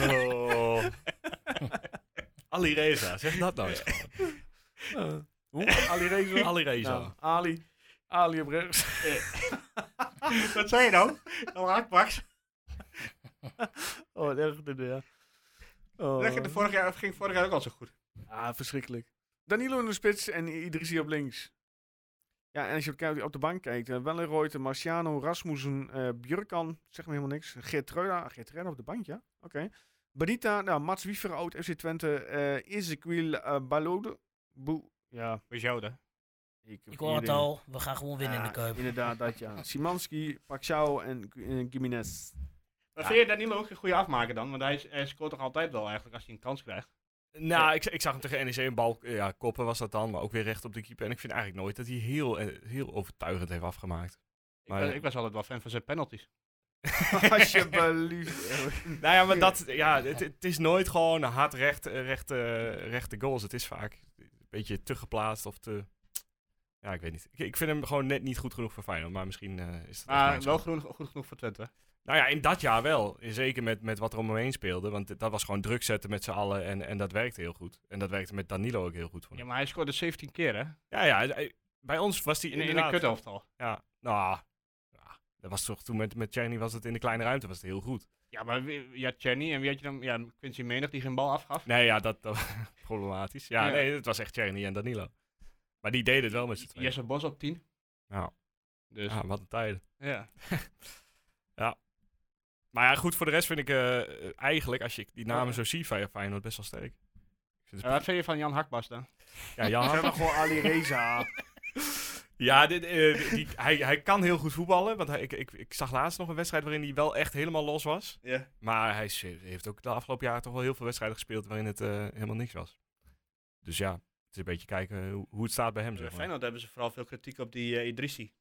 Oh. Ali Reza, zeg dat nou eens. hoe? Eh. Ali Reza? Ali Reza. Nou, Ali. Ali op rechts. Wat zei je nou? Dan haakbaks. Oh, wat erg dit weer. Oh. Dat ging de vorig jaar, ging vorig jaar ook al zo goed. Ah, verschrikkelijk. Danilo in de spits en Idrissi op links. Ja, en als je op, kijk- op de bank kijkt, eh, Wellenrooyte, Marciano, Rasmussen, eh Bjurkan, zeg me helemaal niks. Geert Reuda, ah, Geert Reuda op de bank, ja. Oké. Benita, nou, Mats Wiever, oud FC Twente, eh Ezequiel eh, Balode. Boe, ja. Voor jou dan. Ik, heb Ik geen hoor het idee. al. We gaan gewoon winnen in Ah, de Kuip. Inderdaad, dat ja. Simanski, Pacquiao en eh, Gimenez. Maar vind je Danilo ook een goede afmaker dan? Want hij, hij scoort toch altijd wel eigenlijk als hij een kans krijgt. Nou, ik, ik zag hem tegen NEC een bal ja, koppen was dat dan, maar ook weer recht op de keeper. En ik vind eigenlijk nooit dat hij heel, eh, heel overtuigend heeft afgemaakt. Maar, ik, was, ik was altijd wel fan van zijn penalties. Alsjeblieft. nou ja, maar dat, ja, het, het is nooit gewoon hard recht, recht, eh, rechte goals. Het is vaak een beetje te geplaatst of te... Ja, ik weet niet. Ik, ik vind hem gewoon net niet goed genoeg voor Feyenoord, maar misschien eh, is dat... echt Maar mijn Ah, wel schuld. genoeg, goed genoeg voor Twente. Nou ja, in dat jaar wel. Zeker met, met wat er om hem heen speelde. Want dat was gewoon druk zetten met z'n allen en, en dat werkte heel goed. En dat werkte met Danilo ook heel goed. Vond Ja, ik. maar hij scoorde 17 keer, hè? Ja, ja, hij- bij ons was hij In, in een inderdaad- kutelftal. Ja, nou, ja, dat was toch toen met, met Czerny was het in de kleine ruimte was het heel goed. Ja, maar wie, ja, Chenny en wie had je dan? Ja, Quincy Menig die geen bal afgaf. Nee, ja, dat, dat problematisch. Ja, Ja. nee, het was echt Czerny en Danilo. Maar die deden het wel met z'n tweeën. Jesse Bos op 10. Ja. Dus, Ja, wat een tijden. ja. Maar ja, goed, voor de rest vind ik eh, eigenlijk, als je die namen Ja. zo ziet, Fey- Feyenoord best wel sterk. Ik vind En het- wat vind je van Jan Hakbas dan? Ja, Jan Zeg maar gewoon Ali Reza. Ja, dit, eh, die, hij, hij kan heel goed voetballen. Want hij, ik, ik, ik zag laatst nog een wedstrijd waarin hij wel echt helemaal los was. Ja. Maar hij is- heeft ook de afgelopen jaren toch wel heel veel wedstrijden gespeeld waarin het eh, helemaal niks was. Dus ja, het is een beetje kijken hoe, hoe het staat bij hem. Bij Zeg maar. Feyenoord hebben ze vooral veel kritiek op die eh, Idrissi.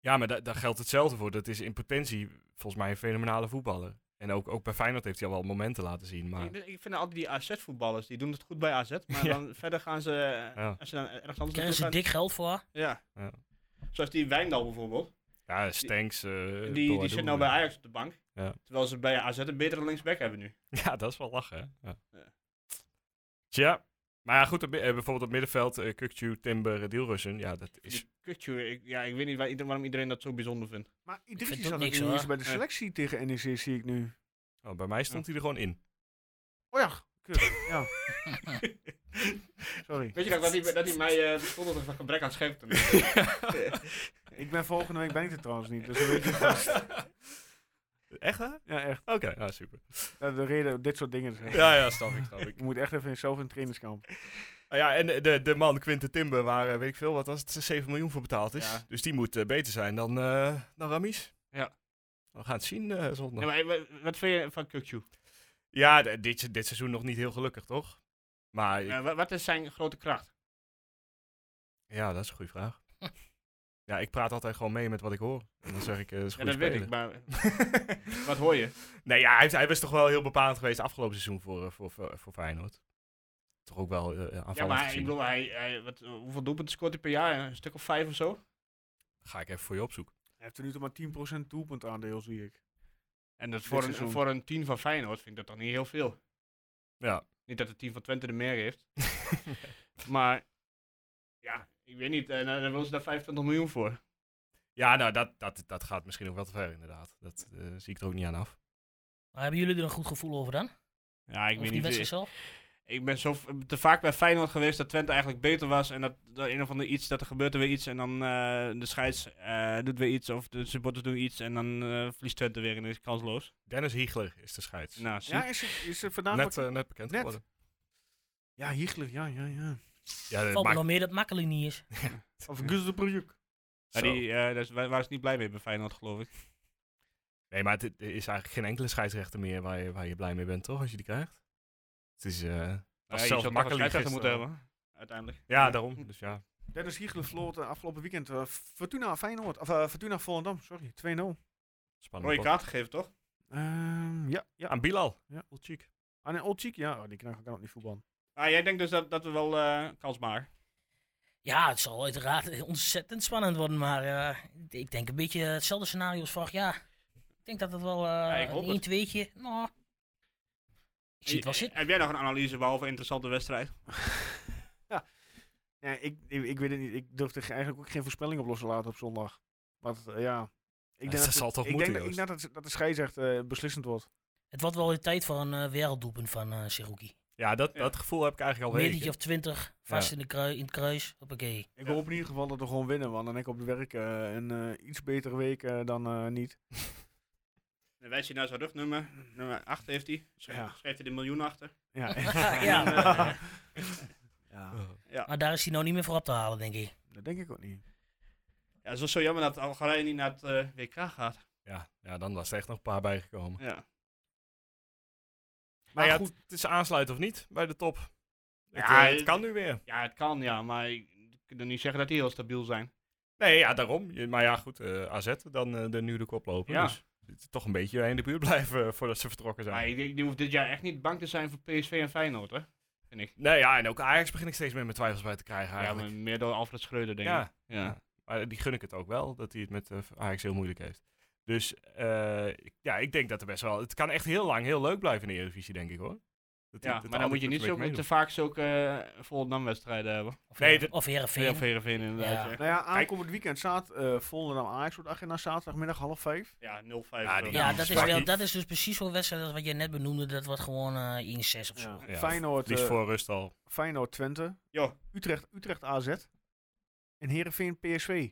Ja, maar da- daar geldt hetzelfde voor. Dat is in potentie volgens mij een fenomenale voetballer. En ook, ook bij Feyenoord heeft hij al wel momenten laten zien. Maar Ik, ik vind altijd die AZ-voetballers, die doen het goed bij AZ, maar Ja. dan verder gaan ze, eh, Ja. als ze dan ergens anders Krijgen ze naartoe dik geld voor? gaan- ja. Ja. Zoals die Wijndal bijvoorbeeld, ja, Stenks. eh, die, Boadu, die zit nou bij Ajax op de bank, Ja. terwijl ze bij AZ een betere linksback hebben nu. Ja, dat is wel lachen, hè? Ja. Ja. Tja. Maar ja, goed, op mi- eh, bijvoorbeeld op middenveld, eh Kukcu, Timber, eh, Dielrussen. Ja, dat is... Die Kukçu, ik, ja, ik weet niet waar ieder- waarom iedereen dat zo bijzonder vindt. Maar vind Idrissi het zat niks, niks, niet eens hoor. bij de Nee. selectie tegen NEC, zie ik nu. Oh, bij mij stond hij er gewoon in. Oh ja, kut. Ja. Sorry. Weet je nog dat hij, dat hij mij eh bestond van gebrek aan scherpte? Ik ben volgende week ben ik er trouwens niet, dus dat weet je vast. Echt, hè? Oké, Ja, echt. nou super. Dat is de reden om dit soort dingen te zeggen. Ja, ja, snap ik, snap ik. Je moet echt even zelf in het trainingskamp. Ah ja, en de, de man Quinten Timber, waar eh, weet ik veel, wat was het, 7 miljoen voor betaald is. Ja. Dus die moet eh, beter zijn dan, eh dan Ramis. Ja. We gaan het zien eh, zondag. Ja, Ja, maar, eh, wa- wat vind je van Kukçu? d- dit, se- dit seizoen nog niet heel gelukkig, toch? Maar ik- Eh, wa- wat is zijn grote kracht? ja, dat is een goede vraag. ja, ik praat altijd gewoon mee met wat ik hoor. En dan zeg ik, eh, dat is Ja, een goede dat weet speler. ik, maar wat hoor je? Nee, ja, hij, hij was toch wel heel bepaald geweest afgelopen seizoen voor, eh, voor, voor, voor Feyenoord. Toch ook wel eh aanvallend Ja, maar ik gezien. bedoel, hij, hij, wat, hoeveel doelpunten scoort hij per jaar? Een stuk of vijf of zo? Ga ik even voor je opzoeken. Hij heeft er nu toch maar 10% doelpuntaandeel, zie ik. En dat Dit voor, een, seizoen. voor een team van Feyenoord vind ik dat toch niet heel veel. Ja. Niet dat het team van Twente er meer heeft. maar ja, ik weet niet. En daar willen ze daar 25 miljoen voor. ja, nou, dat, dat, dat gaat misschien ook wel te ver inderdaad. Dat eh, zie ik er ook niet aan af. Maar hebben jullie er een goed gevoel over dan? Ja, ik Over weet die niet. eh, wedstrijd Ik, zelf? ik ben zo v- te vaak bij Feyenoord geweest dat Twente eigenlijk beter was. En dat, dat een of ander iets, dat er gebeurt er weer iets. En dan eh, de scheids eh, doet weer iets. Of de supporters doen iets. En dan eh, verliest Twente weer en is kansloos. Dennis Hiegler is de scheids. Nou, zie. Ja, is het, is het vandaag... net, wat- eh, net bekend net. geworden. Ja, Hiegler, ja, ja, ja. Ja, dat Valt me maakt- nog meer dat makkelijk niet is. Of Gus de Broek. Ja, Zo. die, eh, daar is- wa- waren ze niet blij mee bij Feyenoord, geloof ik. Nee, maar het, het is eigenlijk geen enkele scheidsrechter meer waar je, waar je blij mee bent, toch? Als je die krijgt. Het is... eh, was je zelfs zou toch een makkelijk scheidsrechter moeten gisteren. hebben. Uiteindelijk. Ja, daarom. Dus ja. Dennis Hiegler verloor eh, afgelopen weekend eh, Fortuna Feyenoord. Of eh, Fortuna Volendam, sorry. 2-0. Spannend. Mooie kaart gegeven, toch? Ehm, ja, ja. Aan Bilal. Ja. Ulchik. En Olcic, ja, oh, die knager kan ook niet voetballen. Ah, jij denkt dus dat, dat we wel eh kans maken. Ja, het zal uiteraard ontzettend spannend worden, maar eh, ik denk een beetje hetzelfde scenario als vorig jaar. Ik denk dat het wel eh ik hoop een het. 1-2'tje, nou, ik zie het wel Eh, zitten. Heb jij nog een analyse behalve een interessante wedstrijd? Ja, ik, ik, ik weet het niet. Ik durf er ge- eigenlijk ook geen voorspelling op los te laten op zondag. Want eh, ja... Ik dat het- zal toch ik moeten, denk dat, ik Joost? denk dat, het- dat de scheidsrechter eh beslissend wordt. Het wordt wel de tijd voor een eh, werelddoelpunt van eh Seruki. Ja, dat, Ja. dat gevoel heb ik eigenlijk al Metertje weken. of twintig, vast in, de krui, in het kruis, hoppakee. Ik hoop in ieder geval dat we gewoon winnen, want dan heb ik op het werk eh, een eh, iets betere week eh, dan eh, niet. Dan wijst nou hij naar zijn rugnummer. Nummer 8 heeft hij. Schrijft, Ja. schrijft hij de miljoen achter. Ja. Ja. eh, ja. Oh, Maar daar is hij nou niet meer voor op te halen, denk ik. dat denk ik ook niet. Ja, het is wel zo jammer dat Algerije niet naar het eh, WK gaat. Ja, ja, dan was er echt nog een paar bijgekomen. Ja. Maar Maar ja, goed, het, het is aansluiten of niet bij de top. Het, Ja, eh, het het- kan nu weer. Ja, het kan, ja, maar ik ik kan niet zeggen dat die heel stabiel zijn. Nee, ja, daarom. Je- Maar ja, goed, eh, AZ dan eh, de, nu de kop lopen. Ja. Dus het is toch een beetje in de buurt blijven eh, voordat ze vertrokken zijn. Maar ik, denk, die hoeft dit jaar echt niet bang te zijn voor PSV en Feyenoord, hè? Vind ik. Nee, ja, en ook Ajax begin ik steeds meer mijn twijfels bij te krijgen Ja, eigenlijk. maar meer door Alfred Schreuder, denk Ja. ik. Ja. Maar die gun ik het ook wel, dat hij het met eh, Ajax heel moeilijk heeft. Dus eh, ik- ja, ik denk dat er best wel... Het kan echt heel lang heel leuk blijven in de Eredivisie, denk ik hoor. Dat die- Ja, dat maar dan alle moet je clubs niet een zo beetje te vaak zulke eh Volendam-wedstrijden hebben. Of, Nee, nee, dat- of Heerenveen. Veel Heerenveen inderdaad. Ja. Ja, Nou ja, aankomend weekend staat eh Volendam Ajax op de agenda, zaterdagmiddag half vijf. Ja, 0-5. Ja, die- Ja, dat is, Zwakkie. wel, dat is dus precies zo'n wedstrijd als wat je net benoemde. Dat wordt gewoon eh 1-6 of zo. Ja. Ja, Feyenoord, Liefst eh, voor rust al. Feyenoord Twente, Jo. Utrecht, Utrecht AZ en Heerenveen PSV.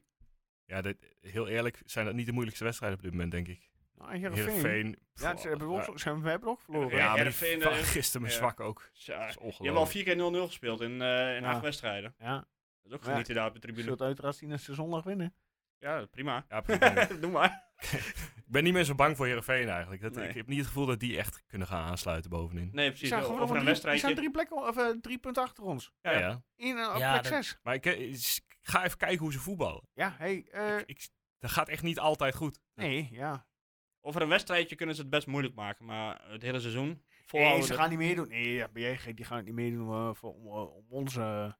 Ja, dit, heel eerlijk zijn dat niet de moeilijkste wedstrijden op dit moment, denk ik. Nou, Heerenveen. Ja, ze hebben, we ook, ze hebben, we hebben ook verloren. Ja, maar die Heerenveen, va- eh, gisteren me ja. zwak ook. Dat Ja, is je hebt al ongelooflijk. vier keer 0-0 gespeeld in, eh, in Ja. acht wedstrijden. Ja, Dat is ook Ja. genieten daar op de je tribune. zult uiteraard zien dat ze zondag winnen. Ja, prima. Ja, prima. Doe maar. ik ben niet meer zo bang voor Heerenveen eigenlijk. Dat, Nee. Ik heb niet het gevoel dat die echt kunnen gaan aansluiten bovenin. Nee, Ze precies. zijn gewoon Over nog drie, een die zijn wedstrijdje. drie, plekken, of, eh, drie punten achter ons. Ja, ja. In eh, op Ja, plek dat- 6. Maar ik, eh, is- ik ga even kijken hoe ze voetballen. Ja, hey, eh, Ik, ik- dat gaat echt niet altijd goed. nee, ja. Over een wedstrijdje kunnen ze het best moeilijk maken, maar het hele seizoen Nee, volhouden. ze gaan niet meedoen. Nee, ja, ben jij gek, die gaan het niet meedoen eh, voor, om, eh, om ons... eh,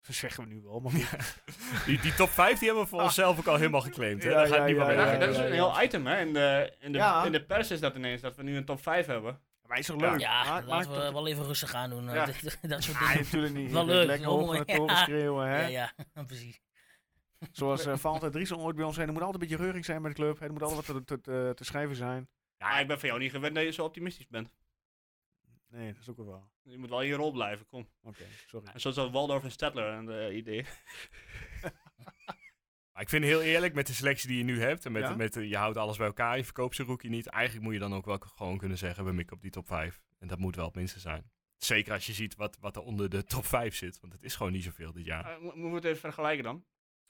dat zeggen we nu wel, maar goed. Die, die top 5 die hebben we voor Ah. onszelf ook al helemaal geclaimd. Hè? Ja, Daar gaat ja, niemand ja, mee. ja, Ja, aan. dat is een heel item, hè? In de, in, de, Ja. in de pers is dat ineens, dat we nu een top 5 hebben. Maar is toch leuk? Ja, Maak- maak laten toch- we wel even rustig aan doen. eh, Ja. dat soort Ah, dingen. natuurlijk niet. Wel Je kunt leuk, Lekker wel hoog mooi. naar toren Ja. schreeuwen, hè. Ja, ja, precies. Zoals eh Valentijn Driesen ooit bij ons zei, er moet altijd een beetje reuring zijn bij de club. Er moet altijd wat te, te, eh, te schrijven zijn. Ja, ik ben van jou niet gewend dat je zo optimistisch bent. Nee, dat is ook wel waar. Je moet wel in je rol blijven, kom. Oké, sorry. En zoals dat Waldorf en Stedtler en de eh, idee. Maar ik vind heel eerlijk, met de selectie die je nu hebt, en met, Ja? met, eh, je houdt alles bij elkaar, je verkoopt zijn rookie niet. Eigenlijk moet je dan ook wel gewoon kunnen zeggen, we mikken op die top 5. En dat moet wel het minste zijn. Zeker als je ziet wat, wat er onder de top 5 zit, want het is gewoon niet zoveel dit jaar. Eh, mo- Moeten we het even vergelijken dan?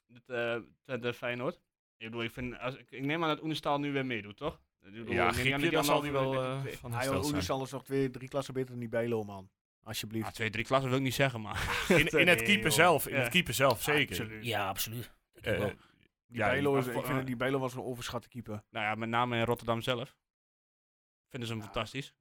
Dit, eh, Twente Feyenoord. Ik bedoel, ik, vind, als, ik ik neem aan dat Oenestaal nu weer meedoet, toch? Ik bedoel, ik neem ja, aan dat Griekje, die dan zal die anderhalve wel week- eh, twee- van Hij wil hersteld zijn. Oenistal is nog twee, drie klassen beter dan die Bijlo, man. Ah, Alsjeblieft. twee, drie klassen wil ik niet zeggen, maar... In, in het Nee, keeper joh. zelf, in Ja. het keeper zelf, zeker. Absoluut. Ja, absoluut. Eh, wel. Die ja, Bijlo is, maar ik voor- vind dat die Bijlo was een overschatte keeper. Nou ja, met name in Rotterdam zelf. Vinden ze hem Ja. fantastisch.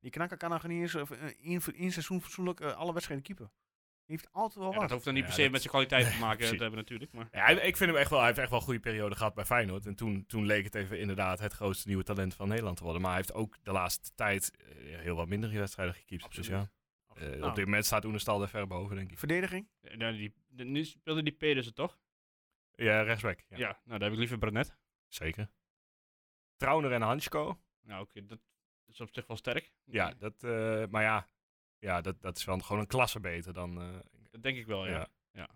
Die knakker kan nog niet eens eh, in, in seizoen fatsoenlijk eh, alle wedstrijden keeper. Die heeft altijd wel Ja, dat wat. hoeft dan niet Ja, per se dat- met zijn kwaliteit Nee, te maken precies. te hebben natuurlijk. Maar Ja, hij- ik vind hem echt wel, hij heeft echt wel een goede periode gehad bij Feyenoord. En toen, toen leek het even inderdaad het grootste nieuwe talent van Nederland te worden. Maar hij heeft ook de laatste tijd eh, heel wat mindere wedstrijden gekiept. Dus ja, eh, Nou, op dit moment staat Oenestal daar ver boven, denk ik. Verdediging? eh, nou, die, de- nu speelde die Pedersen toch? Ja, rechtsback. Ja. Ja. nou daar heb ik liever Brenet. Zeker. Trauner en Hansko. Nou oké, dat is op zich wel sterk. Ja, dat, eh, maar ja, ja dat, dat is wel gewoon een klasse beter dan... eh, Dat denk ik wel, ja. ja.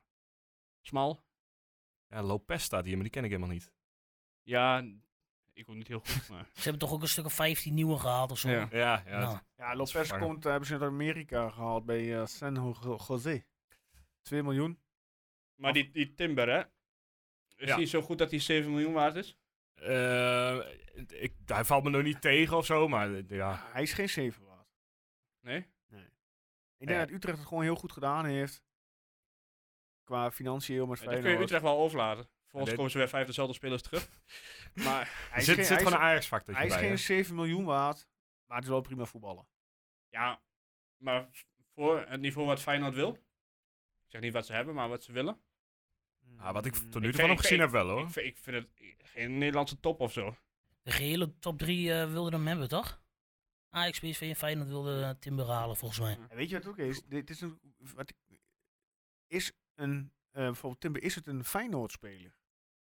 Smal? ja, Lopez staat hier, maar die ken ik helemaal niet. Ja, ik ook niet heel goed, maar... Ze hebben toch ook een stuk of 15 nieuwe gehaald of zo. Ja. Ja, ja. Nou, Ja, is Lopez vervangen. komt, eh, hebben ze uit Amerika gehaald bij eh, San Jo- Jose. 2 miljoen. Maar die, die Timber, hè? Is Ja. die zo goed dat hij 7 miljoen waard is? Eh, ik, hij valt me nog niet tegen of zo, maar eh, ja. Hij is geen 7 waard. Nee? Ik denk Ja. dat Utrecht het gewoon heel goed gedaan heeft. Qua financieel met Eh, Dat kun je Feyenoord. Utrecht wel overlaten. Volgens dit- komen ze weer vijf dezelfde spelers terug. maar Hij is zit, geen- zit hij gewoon is- een Ajax-factor bij. Hij is hè? geen 7 miljoen waard, maar het is wel prima voetballen. ja, maar voor het niveau wat Feyenoord wil. Ik zeg niet wat ze hebben, maar wat ze willen. Ah, wat ik tot nu Ik toe van vind- hem ik gezien heb vind- wel hoor. Ik, vind- ik vind het geen Nederlandse top of zo. De gehele top 3 wilden hem hebben, toch? Ajax, PSV en Feyenoord wilden eh, Timber halen, volgens mij. En weet je wat het ook is? Dit is een, wat ik- is een eh, bijvoorbeeld Timber, is het een Feyenoord-speler?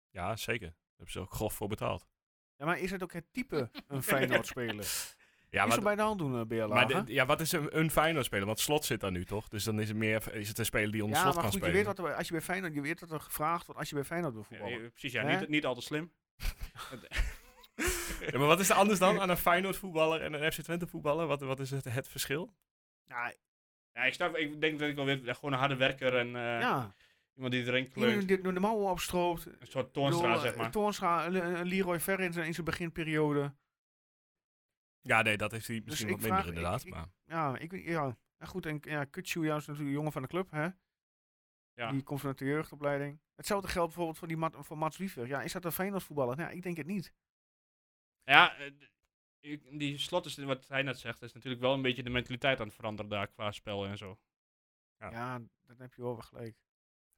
Ja, zeker. Daar hebben ze ook grof voor betaald. Ja, maar is het ook het type een Feyenoord-speler? Ja, is er maar, bij de hand doen, uh, Beerlaag? maar dit- ja, wat is een, een Feyenoord-speler? Want Slot zit daar nu toch? Dus dan is het meer is het een speler die onder ja, Slot maar kan goed, je spelen. weet, wat er, als je bij Feyenoord, je weet wat er gevraagd wordt als je bij Feyenoord wil voetballen. Ja, precies, ja. Hè? Niet, niet al te slim. Ja, maar wat is er anders dan aan een Feyenoord-voetballer en een FC Twente-voetballer? Wat, wat is het, het verschil? Nou, Ja, ik, snap, ik denk dat ik wel weer ja, gewoon een harde werker en eh, ja, iemand die erin iemand kleunt. die dit door de mouwen opstroopt. Een soort Toornstra, Bedoel, zeg eh, maar. Toornstra, een- een Leroy Ver in zijn, in zijn beginperiode. Ja, nee, dat heeft hij misschien ik wat minder vraag- Dus ik- inderdaad. ik- maar Ja, ik, weet- ja, En goed, en ja, Kutsu juist natuurlijk een jongen van de club, hè? Ja. Die komt vanuit de jeugdopleiding. Hetzelfde geldt bijvoorbeeld voor, die Mat, voor Mats Wiever. Ja, is dat een Feyenoord voetballer? Nou, ik denk het niet. Ja, eh, d- ik- die slot is wat hij net zegt, is natuurlijk wel een beetje de mentaliteit aan het veranderen daar qua spel en zo. Ja, Ja. dat heb je wel weer gelijk.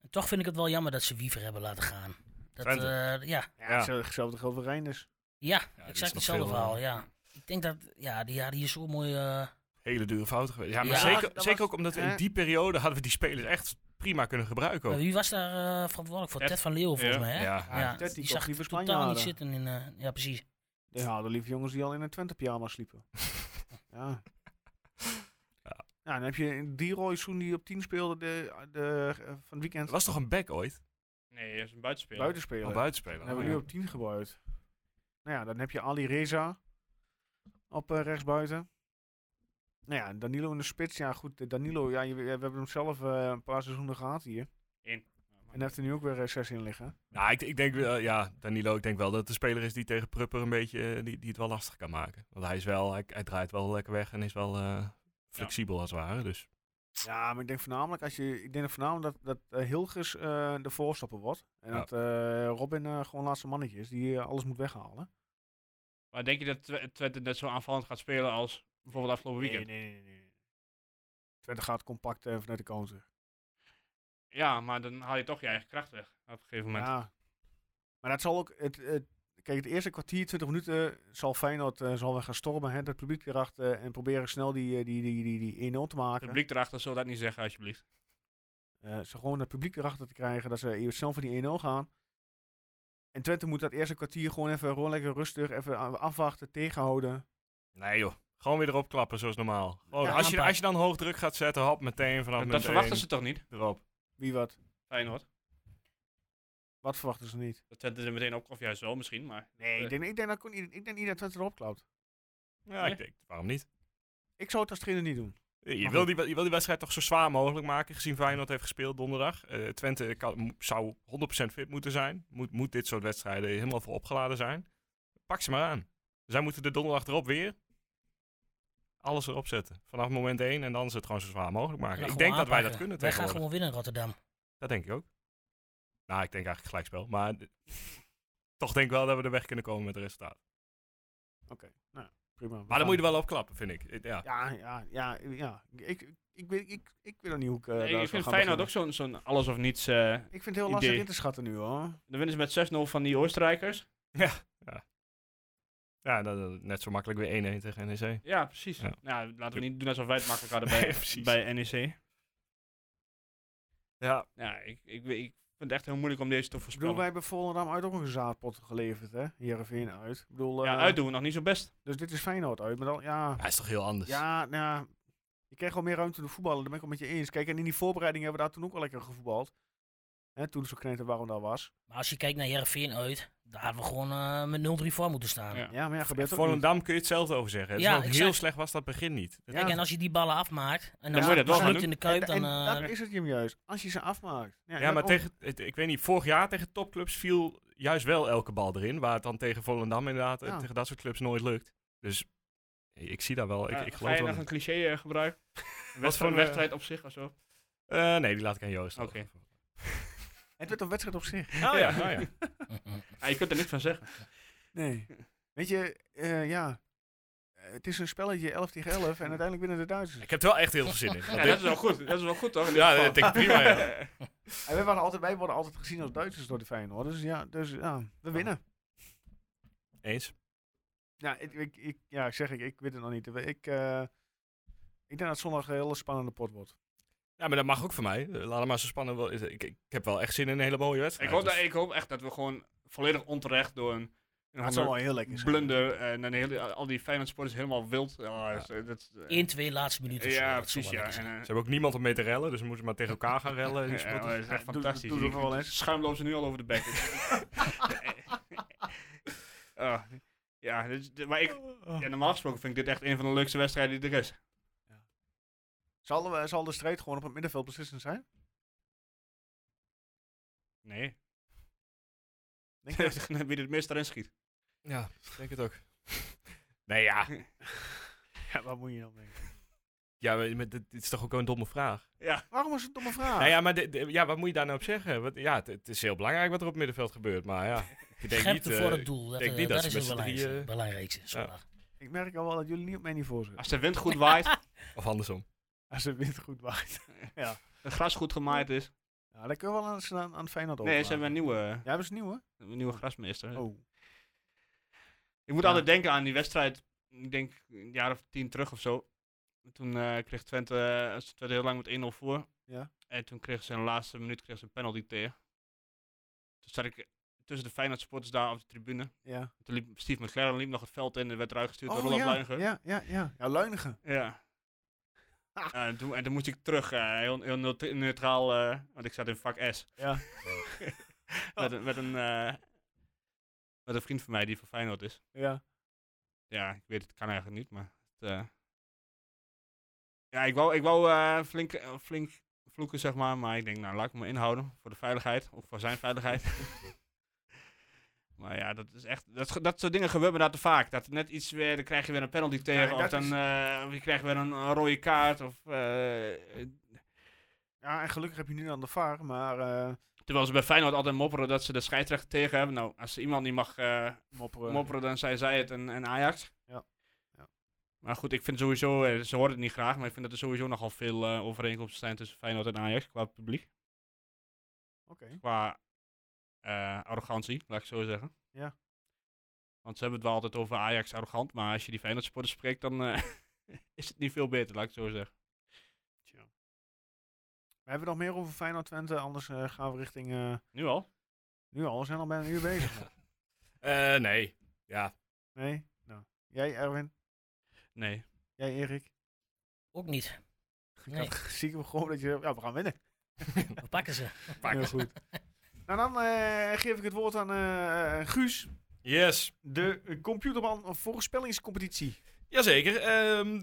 En toch vind ik het wel jammer dat ze Wiever hebben laten gaan. Dat, Twente. eh, ja, Ja, Ja. Hetzelfde geldt voor Reinders. ja, nog exact veel, hetzelfde eh, verhaal, ja. Ik denk dat, ja, die hadden hier zo mooi... eh, Hele dure fout geweest. Ja, maar Ja, zeker, dat zeker was- ook omdat we hè? in die periode hadden we die spelers echt prima kunnen gebruiken. maar Ook. wie was daar eh, verantwoordelijk voor? Ted. Ted, van Leeuwen, volgens mij, hè? Ja. Ja, Ted, die die kocht zag liever ik Spanje totaal niet halen. zitten in... eh, ja, precies. Ah, Ja, de lieve jongens die al in een Twente pyjama sliepen. ja. Ja. Nou, dan heb je D-Roy Soen die op 10 speelde de, de, eh, van het weekend Er was toch een back ooit? Nee, dat is een buitenspeler. buitenspeler. Een Dan buitenspeler. hebben we nu op 10 gebouwd. Nou ja, dan heb je Ali Reza op eh, rechtsbuiten. Nou ja, Danilo in de spits. Ja, goed. eh, Danilo, ja, je- we hebben hem zelf eh, een paar seizoenen gehad hier. Eén. En heeft er nu ook weer eh, zes in liggen. Nou, ik, ik denk, wel- ja, Danilo, ik denk wel dat het een speler is die tegen Prupper een beetje, eh, die, die het wel lastig kan maken. Want hij is wel, hij, hij draait wel lekker weg en is wel eh, flexibel als het ware. Dus Ja, maar ik denk voornamelijk, als je, ik denk dat voornamelijk dat, dat eh, Hilgers eh, de voorstapper wordt. En Ja. dat eh, Robin eh, gewoon laatste mannetje is die eh, alles moet weghalen. Maar denk je dat Twe- Twente net zo aanvallend gaat spelen als bijvoorbeeld afgelopen weekend? nee, nee, nee. Twente gaat compact eh, vanuit de counter. Ja, maar dan haal je toch je eigen kracht weg op een gegeven moment. Ja. Maar dat zal ook. Het, het- kijk, het eerste kwartier, 20 minuten, zal Feyenoord eh, zal weer gaan stormen. Hè, dat publiek erachter en proberen snel die, eh, die, die, die, die 1-0 te Het maken. publiek erachter zal dat niet zeggen, alsjeblieft. Eh, ze gewoon het publiek erachter te krijgen dat ze even snel voor die 1-0 gaan. En Twente moet dat eerste kwartier gewoon even gewoon lekker rustig, even a- afwachten, tegenhouden. nee joh, gewoon weer erop klappen zoals normaal. Gewoon, Ja, als, je, aanpakken. als je dan hoog druk gaat zetten, hop, meteen vanaf Dat, meteen verwachten ze toch niet, erop. Wie wat? Feyenoord? Wat verwachten ze niet? Dat Twente er meteen op, of juist wel misschien, maar... Nee, ik Eh. denk, ik denk, dat, kon- ik denk niet dat Twente erop klapt. Ja, ik denk, waarom niet? Ik zou het als trainer niet doen. Eh, Je Maar wil, goed. die, je wil die wedstrijd toch zo zwaar mogelijk maken, gezien Feyenoord heeft gespeeld donderdag. Eh, Twente kan, mo- zou 100% fit moeten zijn. Moet, moet dit soort wedstrijden helemaal voor opgeladen zijn. Pak ze maar aan. Zij moeten de donderdag erop weer alles erop zetten. Vanaf moment 1 en dan is het gewoon zo zwaar mogelijk En maken. dan Ik gewoon denk dat wij dat aanpakken. kunnen Wij gaan tegenwoordig. gewoon winnen in Rotterdam. Dat denk ik ook. Nou, ik denk eigenlijk gelijkspel. Maar d- toch denk ik wel dat we er weg kunnen komen met het resultaat. nou, Prima. Maar dan moet je er wel op klappen, vind ik. Eh, Ja. Ja, ja, ja, ja. Ik, ik, ik, weet, ik, ik weet nog niet hoe ik. eh, daar Nee, ik zou vind gaan Feyenoord beginnen. ook zo'n zo'n alles of niets... eh, Ik vind het heel lastig idee. in te schatten nu hoor. dan winnen ze met 6-0 van die Oostenrijkers. Ja, dan, dan net zo makkelijk weer 1-1 tegen E NEC. Ja, precies. Ja. Nou, laten we niet doen alsof wij het makkelijk hadden bij, precies. bij E NEC. Ja, Ja, ik, ik, weet- ik vind het echt heel moeilijk om deze te Ik bedoel, voorspellen. wij hebben Volendam uit ook een zaadpot geleverd, hè? Heerenveen uit. Ik bedoel, ja, eh, uit doen we nog niet zo best. Dus dit is Feyenoord uit. Maar dan, ja, hij is toch heel anders. ja, nou, ja, je krijgt gewoon meer ruimte te voetballen. Daar ben ik wel met je eens. Kijk, en in die voorbereiding hebben we daar toen ook wel lekker gevoetbald. Hè, toen zo kneten waarom daar was. Maar als je kijkt naar Heerenveen uit, daar hadden we gewoon eh, met 0-3 voor moeten staan. Ja. Ja, maar ja, En gebeurt ook niet. Volendam kun je hetzelfde over zeggen. Het is Ja, wel heel exact. slecht was dat begin niet. Dat- Kijk, Ja. en als je die ballen afmaakt en moet dan, je staat dat wel het gaan niet in doen. de kuip, en, dan... en eh, dat is het hem juist. Als je ze afmaakt. ja, dat maar ook. tegen, het- ik weet niet, vorig jaar tegen topclubs viel juist wel elke bal erin. Waar het dan tegen Volendam inderdaad, eh, Ja. tegen dat soort clubs nooit lukt. Dus eh, ik zie daar wel, ik, Ja, ik ga je geloof wel. nog een cliché eh, gebruiken? Een voor wedstrijd, een- wedstrijd op zich of zo? Eh, nee, die laat ik aan Joost. Oké. over. Het werd een wedstrijd op zich. Oh ja, oh ja. eh, Ja, je kunt er niks van zeggen. Nee. Weet je, eh, ja. Eh, Het is een spelletje 11 tegen 11 en uiteindelijk winnen de Duitsers. Ik heb er wel echt heel veel zin in. Ja, dat is wel goed. Dat is wel goed, toch? Ja, dat denk ik prima, ja. En wij, waren altijd, wij worden altijd gezien als Duitsers door de Feyenoord. Dus ja, dus, ja we winnen. Eens. Ja, ik, ik, ik- ja, ik zeg, ik, ik weet het nog niet. Ik, eh, ik denk dat zondag een hele spannende pot wordt. Ja, maar dat mag ook voor mij. Eh, Laat het maar zo spannend. wel- Ik, ik heb wel echt zin in een hele mooie Ik wedstrijd. hoop, dat, Dus- ik hoop echt dat we gewoon volledig onterecht door een, een Het zal wel ander heel lekker zijn. blunder en een hele, al die Feyenoord-sporters helemaal wild. Ja, dat is- dat, is- 1-2 laatste minuten. ja, precies. Ja. En, eh, Ze hebben ook niemand om mee te rellen, dus we moeten maar tegen elkaar gaan rellen. Die ja, spotten. maar dat is echt doe- fantastisch. doe dat Ik- wel ik- eens. Schuim loopt ze nu al over de bek. Ah, ja, dit is- dit- maar ik, ja, normaal gesproken vind ik dit echt een van de leukste wedstrijden die er is. Zal, we- zal de strijd gewoon op het middenveld beslissend zijn? Nee. Denk je dat? Wie het meest erin schiet. Ja, ik denk het ook. nee, ja. ja, wat moet je nou mee? Ja, maar, maar dit, dit is toch ook een domme vraag? Waarom is het een domme Ah. vraag? Nou ja, maar dit- dit- ja, wat moet je daar nou op zeggen? Want, ja, het, het is heel belangrijk wat er op het middenveld gebeurt, maar ja. Ik denk niet, Scherpte voor eh, het doel. Dat, denk eh, niet dat dat, ze met is z'n het belangrijkste. drieën- belangrijkste zondag. Ik merk al wel dat jullie niet op mijn niveau zitten. Als de wind goed waait, Of andersom. Als de wind goed waait. het gras goed gemaaid is. Ja, dat kunnen we wel aan, aan, aan Feyenoord Nee, ze overlaten. hebben een nieuwe, eh, Ja, hebben ze nieuw, hè? een nieuwe grasmeester. Oh. Ik moet altijd denken aan die wedstrijd, ik denk een jaar of tien terug of zo. Toen eh, kreeg Twente, eh, ze Twente heel lang met 1-0 voor. Ja. En toen kreeg ze in de laatste minuut kreeg ze een penalty tegen. Toen zat ik tussen de Feyenoord supporters daar op de tribune. Ja. Toen liep Steve McLaren liep nog het veld in en werd eruit gestuurd door Oh, Roland ja. Luijgen. ja, Ah. ja, ja. Ja, Luinigen. Ja. Ja, en, toen, en toen moest ik terug, eh, heel, heel neut- neutraal, eh, want ik zat in vak S. Ja. met, een, met, een, eh, met een vriend van mij die van Feyenoord is. Ja. Ja, ik weet het, kan eigenlijk niet, maar... Het, eh, Ja, ik wou, ik wou eh, flink, eh, flink vloeken, zeg maar, maar ik denk, nou, laat ik me inhouden voor de veiligheid, of voor zijn veiligheid. maar ja, dat is echt, dat, ge- dat soort dingen gebeuren daar te vaak. Dat net iets weer, dan krijg je weer een penalty tegen, of dat dan is- eh, of je krijgt weer een, een rode kaart, of... eh, Ja, en gelukkig heb je nu aan de vaar, maar eh Terwijl ze bij Feyenoord altijd mopperen dat ze de scheidsrechter tegen hebben. Nou, als er iemand niet mag eh, mopperen. mopperen, dan zijn zij het en, en Ajax. Ja. Ja. Maar goed, ik vind sowieso, eh, ze horen het niet graag, maar ik vind dat er sowieso nogal veel eh, overeenkomsten zijn tussen Feyenoord en Ajax qua publiek. Oké. Qua eh, arrogantie, laat ik het zo zeggen. Ja. Want ze hebben het wel altijd over Ajax arrogant, maar als je die Feyenoord supporters spreekt, dan eh, is het niet veel beter, laat ik het zo zeggen. We hebben nog meer over Feyenoord Twente, anders eh, gaan we richting... eh, Nu al? nu al, we zijn al bijna een uur bezig. Eh, nee. Ja. Nee? Nou. Jij, Erwin? Nee. Jij, Erik? Ook niet. Nee, Zie ik hem gewoon dat je... Ja, we gaan winnen. we pakken ze. Heel goed. nou, dan eh, geef ik het woord aan eh, Guus, Yes. de computerman voorspellingscompetitie. Jazeker. Ehm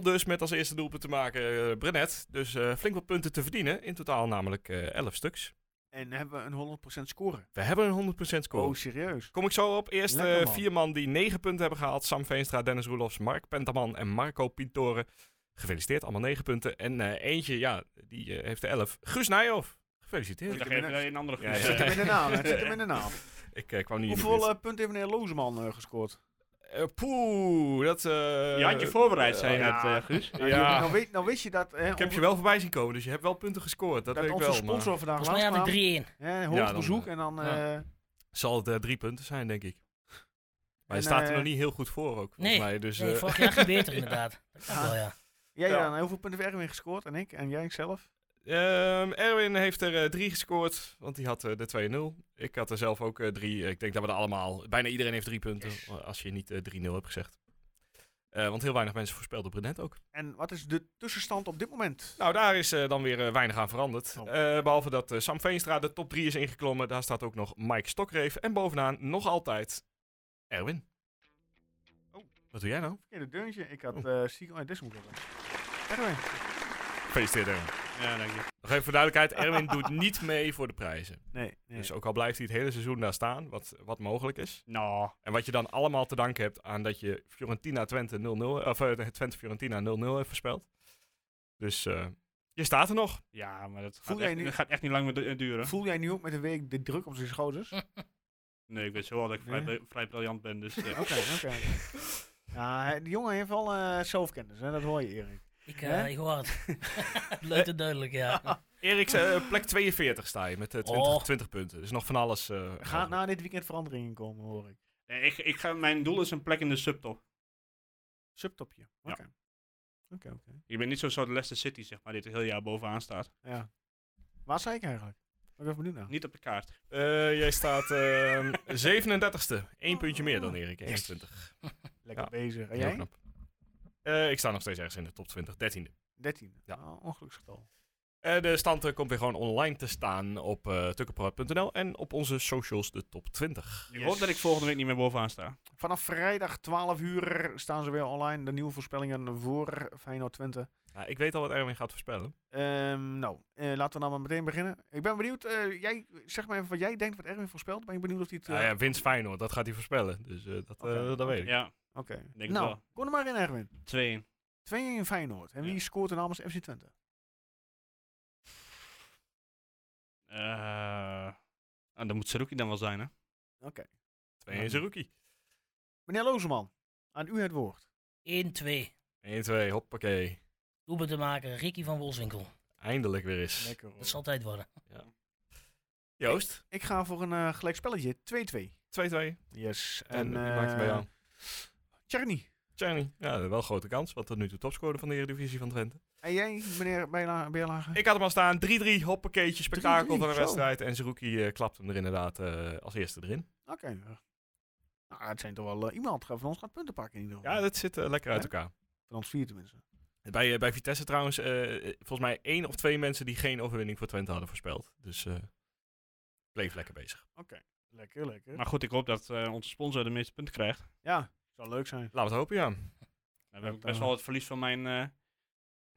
3-0 dus met als eerste doelpunt te maken eh, Brenet. Dus eh, flink wat punten te verdienen. In totaal namelijk eh 11 stuks. En hebben we een 100% score. We hebben een 100% score. Oh, serieus? Kom ik zo op. Eerst Lekker, eh, man. vier man die negen punten hebben gehaald. Sam Veenstra, Dennis Roelofs, Mark Pentaman en Marco Pintore. Gefeliciteerd, allemaal negen punten. En eh, eentje, ja, die eh, heeft de elf. Guus Nijhoff. Gefeliciteerd. Dan heb geef net- je een andere Ja, Het groep. zit hem in de naam, het zit hem in de naam. Ik eh, kwam niet in de Hoeveel eh, punten heeft meneer Lozeman eh, gescoord? buurt. Eh, poeh, dat... eh, Oh, Je had je voorbereid, zei je ja. net, eh, Guus. Nou, Ja. jullie- nou, weet, nou wist je dat... eh, Ik heb onze- je wel voorbij zien komen, dus je hebt wel punten gescoord. Dat, dat weet ik onze wel. maar sponsor vandaag Volgens mij langs had kwam. ik 3-1. Hè, Ja, hoog dan, bezoek eh, en dan... ja. eh, Zal het eh, drie punten zijn, denk ik. Maar je En, staat er eh, nog niet heel goed voor ook, volgens Nee, mij. Dus, Nee, eh, vorig jaar ging beter inderdaad. Dat kan wel, ja. jij Ja. dan, eh, hoeveel punten heeft Erwin gescoord? En ik? En jij zelf? Ehm, Erwin heeft er eh, drie gescoord, want die had eh, de 2-0. Ik had er zelf ook eh, drie. Ik denk dat we er allemaal... Bijna iedereen heeft drie punten, Yes. eh, als je niet eh, 3-0 hebt gezegd. Eh, want heel weinig mensen voorspelden Brenet ook. En wat is de tussenstand op dit moment? Nou, daar is eh, dan weer eh, weinig aan veranderd. Oh. Eh, behalve dat eh, Sam Veenstra de top 3 is ingeklommen. Daar staat ook nog Mike Stokreef. En bovenaan nog altijd Erwin. Oh. Wat doe jij nou? Verkeerde deuntje. Ik had... Oh. eh Sieg- oh, dit moet ik wel doen. Erwin. Gefeliciteerd Erwin. Ja, dank je. Nog even voor duidelijkheid, Erwin doet niet mee voor de prijzen. Nee, nee. Dus ook al blijft hij het hele seizoen daar staan, wat, wat mogelijk is. Nou, En wat je dan allemaal te danken hebt aan dat je Fiorentina Twente 0-0, of eh, Twente Fiorentina 0-0 heeft voorspeld. Dus eh, je staat er nog. ja, maar dat Voel gaat, jij echt, nu- dat gaat echt niet lang meer du- eh, duren. Voel jij nu ook met de week de druk op zijn schouders? Oké, Nee, ik weet zo wel dat ik vrij, Nee? bri- vrij briljant ben, dus... eh, oké. Ja, hij- die jongen heeft wel eh, zelfkennis, hè? dat hoor je Erik. Ik, Hè? eh ik hoor het. Leuk en duidelijk, ja. Erik, eh, plek 42 sta je met eh, 20, Oh. 20 punten. Dus nog van alles. eh, Er gaat na dit weekend veranderingen komen, hoor ik. nee, ik, ik ga, mijn doel is een plek in de subtop. Subtopje. Ja. Oké. Oké, oké. Ik ben niet zo'n soort Leicester City, zeg maar, die het heel jaar bovenaan staat. Ja. Waar zei ik eigenlijk? Ik ben even benieuwd naar. Niet op de kaart. Eh, jij staat ehm 37ste. Eén puntje meer dan Erik, 21. Lekker Ja. bezig. En Heel jij? knap. Eh, ik sta nog steeds ergens in de top 20, 13e. 13. Ja. Oh, ongeluksgetal. Eh, de stand eh, komt weer gewoon online te staan op eh tukkenprout.nl en op onze socials de top 20. Ik hoop dat ik volgende week niet meer bovenaan sta. Vanaf vrijdag 12 uur staan ze weer online. De nieuwe voorspellingen voor Feyenoord Twente. Ja, ik weet al wat Erwin gaat voorspellen. Ehm, nou, eh, laten we dan maar meteen beginnen. Ik ben benieuwd. eh, jij, zeg maar even wat jij denkt wat Erwin voorspelt. Ben je benieuwd of hij het... Ah, Ja, eh, ja, winst Feyenoord, dat gaat hij voorspellen. Dus eh, dat, eh, Oké, dat weet ik. Ja, Oké. denk het Nou, wel. kom er maar in Erwin. 2 -1. 2-1 Feyenoord. En wie scoort er nou namens FC Twente? Eh, ah, dat moet Saruki dan wel zijn, hè? Oké. 2-1 is een rookie. Meneer Lozeman, aan u het woord. 1-2. 1-2, hoppakee. Doelpunt te maken, Ricky van Wolfswinkel. Eindelijk weer eens. Lekker hoor. Dat zal tijd worden. Joost, 2-2. Ik ga voor een eh, gelijk spelletje. 2-2. Yes. En En, eh, wie maakt het bij jou? Charny. Charlie. Ja, wel grote kans, want tot nu toe topscorer van de Eredivisie van Twente. En jij, meneer Bijla- Bijlage? Ik had hem al staan. 3-3, hoppakeetje, spektakel 3-3, van de zo. wedstrijd. En Zerouki eh klapt hem er inderdaad eh, als eerste erin. Oké. Nou, het zijn toch wel... eh, iemand gaat van ons gaat punten pakken in ieder geval. Ja, dat zit eh, lekker uit Ja. elkaar. Van ons vier tenminste. Bij, eh, bij Vitesse trouwens, eh, volgens mij één of twee mensen die geen overwinning voor Twente hadden voorspeld. Dus eh bleef lekker bezig. Lekker, lekker. Maar goed, ik hoop dat eh, onze sponsor de meeste punten krijgt. ja, zou leuk zijn. Laten we het hopen, ja. Dan heb ik Dat, best eh, wel het verlies van mijn eh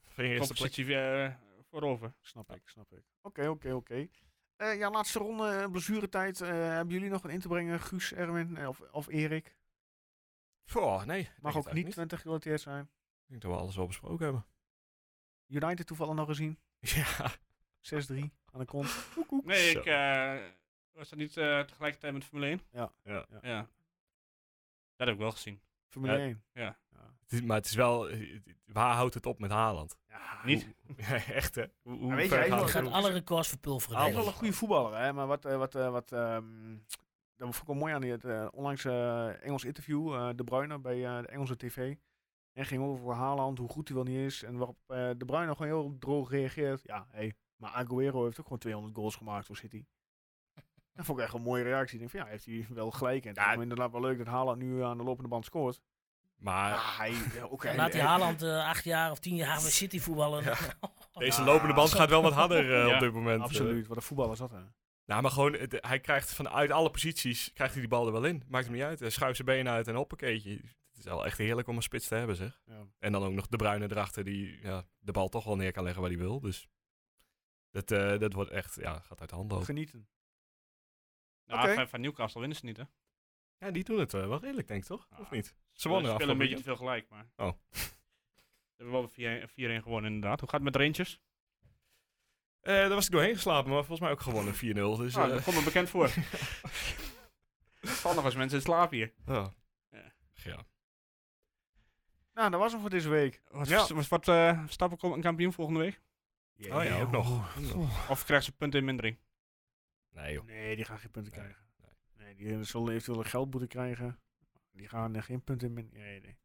Van je eerste plek. competitie eh, voorover. Snap ik, snap ik. Oké, oké, oké. Eh, ja, laatste ronde, eh, blessuretijd. Eh, hebben jullie nog wat in te brengen, Guus, Erwin eh, of, of Erik? Goh, nee. ik denk Mag het ook eigenlijk niet 20 gerelateerd zijn. Ik denk dat we alles wel besproken hebben. United toevallig nog gezien. Ja. 6-3 aan de kont. Nee, Zo. ik eh, was dat niet eh, tegelijkertijd met Formule 1? Ja. Ja. Ja. ja. Dat heb ik wel gezien. Formule Ja. 1. Het is- Maar het is wel, eh, waar houdt het op met Haaland? Niet? Ja, echt hè? Hoe, hoe Maar weet je, ver hij gaat Die wil- het? gaat ook. alle records verpulveren. Hij is denk ik. wel een goede voetballer, hè? maar wat... eh, wat, eh, wat ehm, dat vond ik wel mooi aan het onlangs eh, Engels interview, eh, De Bruyne, bij eh, de Engelse tv. En ging over voor Haaland, hoe goed hij wel niet is. En waarop eh, De Bruyne gewoon heel droog reageert. Ja, hé, maar Aguero heeft ook gewoon 200 goals gemaakt voor City. Dat vond ik echt een mooie reactie. Ik denk van, ja, heeft hij wel gelijk. En het is inderdaad wel leuk dat Haaland nu eh, aan de lopende band scoort. Maar Ah, hij, ja, ook hij- Laat die hij- Haaland eh, acht jaar of tien jaar bij City voetballen. deze lopende band gaat wel wat harder eh, Ja, op dit moment. Absoluut, wat een voetballer is dat, hè? Nou, maar gewoon, het- hij krijgt vanuit alle posities krijgt hij die bal er wel in. Maakt hem niet uit. Hij schuift zijn benen uit en hoppakeetje. Het is wel echt heerlijk om een spits te hebben, zeg. Ja. En dan ook nog de bruine erachter die ja, de bal toch wel neer kan leggen waar hij wil. Dus dat, eh, dat wordt echt, ja, gaat uit de hand lopen. Genieten. Nou, Oké. van, van Newcastle winnen ze niet, hè? Ja, die doen het eh, wel redelijk, denk ik, toch? Ah, Of niet? Ze Ze wonnen spelen een beetje te afgelopen veel gelijk, maar... Oh. Ze hebben wel 4-1 gewonnen, inderdaad. Hoe gaat het met Rangers? weekend. Eh, daar was ik doorheen geslapen, maar volgens mij ook gewonnen 4-0. Dus, Ah, eh, dat komt me bekend voor. Vallen nog eens mensen in slaap hier. ja. Ja. Oh. Ja. Nou, dat was hem voor deze week. Oh Wat, Ja. wat, wat eh, stappen komt een kampioen volgende week? Oh ja, ook nog. Of krijgen ze punten in mindering? Nee, joh. Nee, die gaan geen punten Nee, krijgen. Nee, die eh, zullen eventueel een geldboete krijgen. Die gaan er geen punten in. min- Nee, nee.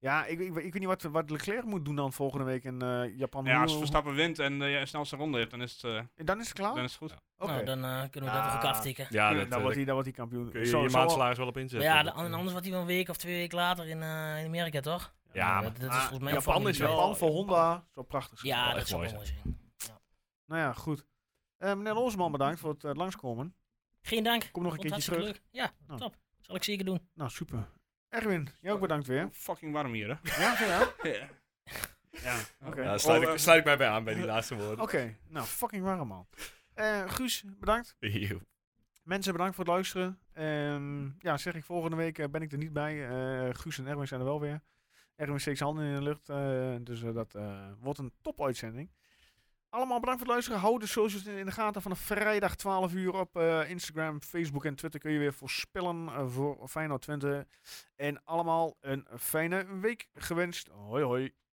Ja, ik, ik, ik weet niet wat, wat Leclerc moet doen dan volgende week in eh, Japan. Ja, Hoe- als Verstappen wint en de snelste ronde heeft, dan is het, eh, hoe- Dan is het klaar? dan is het goed. Ja. Oké. Nou, dan eh, kunnen we Ah. dat nog ook aftikken. dan, Ja, dat, eh, wordt daar hij, dan wordt hij kampioen. kun je Zo- je zo wel- maandsalaris wel op Maar inzetten. ja, de- Dat, eh, anders wordt hij wel een week of twee weken later in, eh, in Amerika, toch? Ja, Nou, maar- dat, dat is Ah, volgens mij Japan volgende is week. wel- Japan voor Honda. Zo prachtig. zijn. Ja, wel dat echt zou mooi mooi zijn. Nou ja, goed. Eh, meneer Losman, bedankt voor het eh, langskomen. Geen dank. Kom nog een Vond het keertje hartstikke terug. leuk. Ja, Nou. top. Zal ik zeker doen. Nou, super. Erwin, jij ook bedankt weer. Fucking warm hier, hè? Ja, zo ja. Ja. Oké. ja, daar sluit, Oh, ik, eh. sluit ik mij bij aan bij die laatste woorden. Oké, nou, fucking warm man. Eh, Guus, bedankt. Joe. Mensen, bedankt voor het luisteren. Ehm, ja, zeg ik, volgende week eh, ben ik er niet bij. Eh, Guus en Erwin zijn er wel weer. Erwin steekt zijn handen in de lucht. eh, dus eh, dat eh, wordt een topuitzending. Allemaal bedankt voor het luisteren. Hou de socials in in de gaten. Vanaf vrijdag 12 uur op eh, Instagram, Facebook en Twitter kun je weer voorspellen eh, voor Feyenoord Twente. En allemaal een fijne week gewenst. Hoi hoi.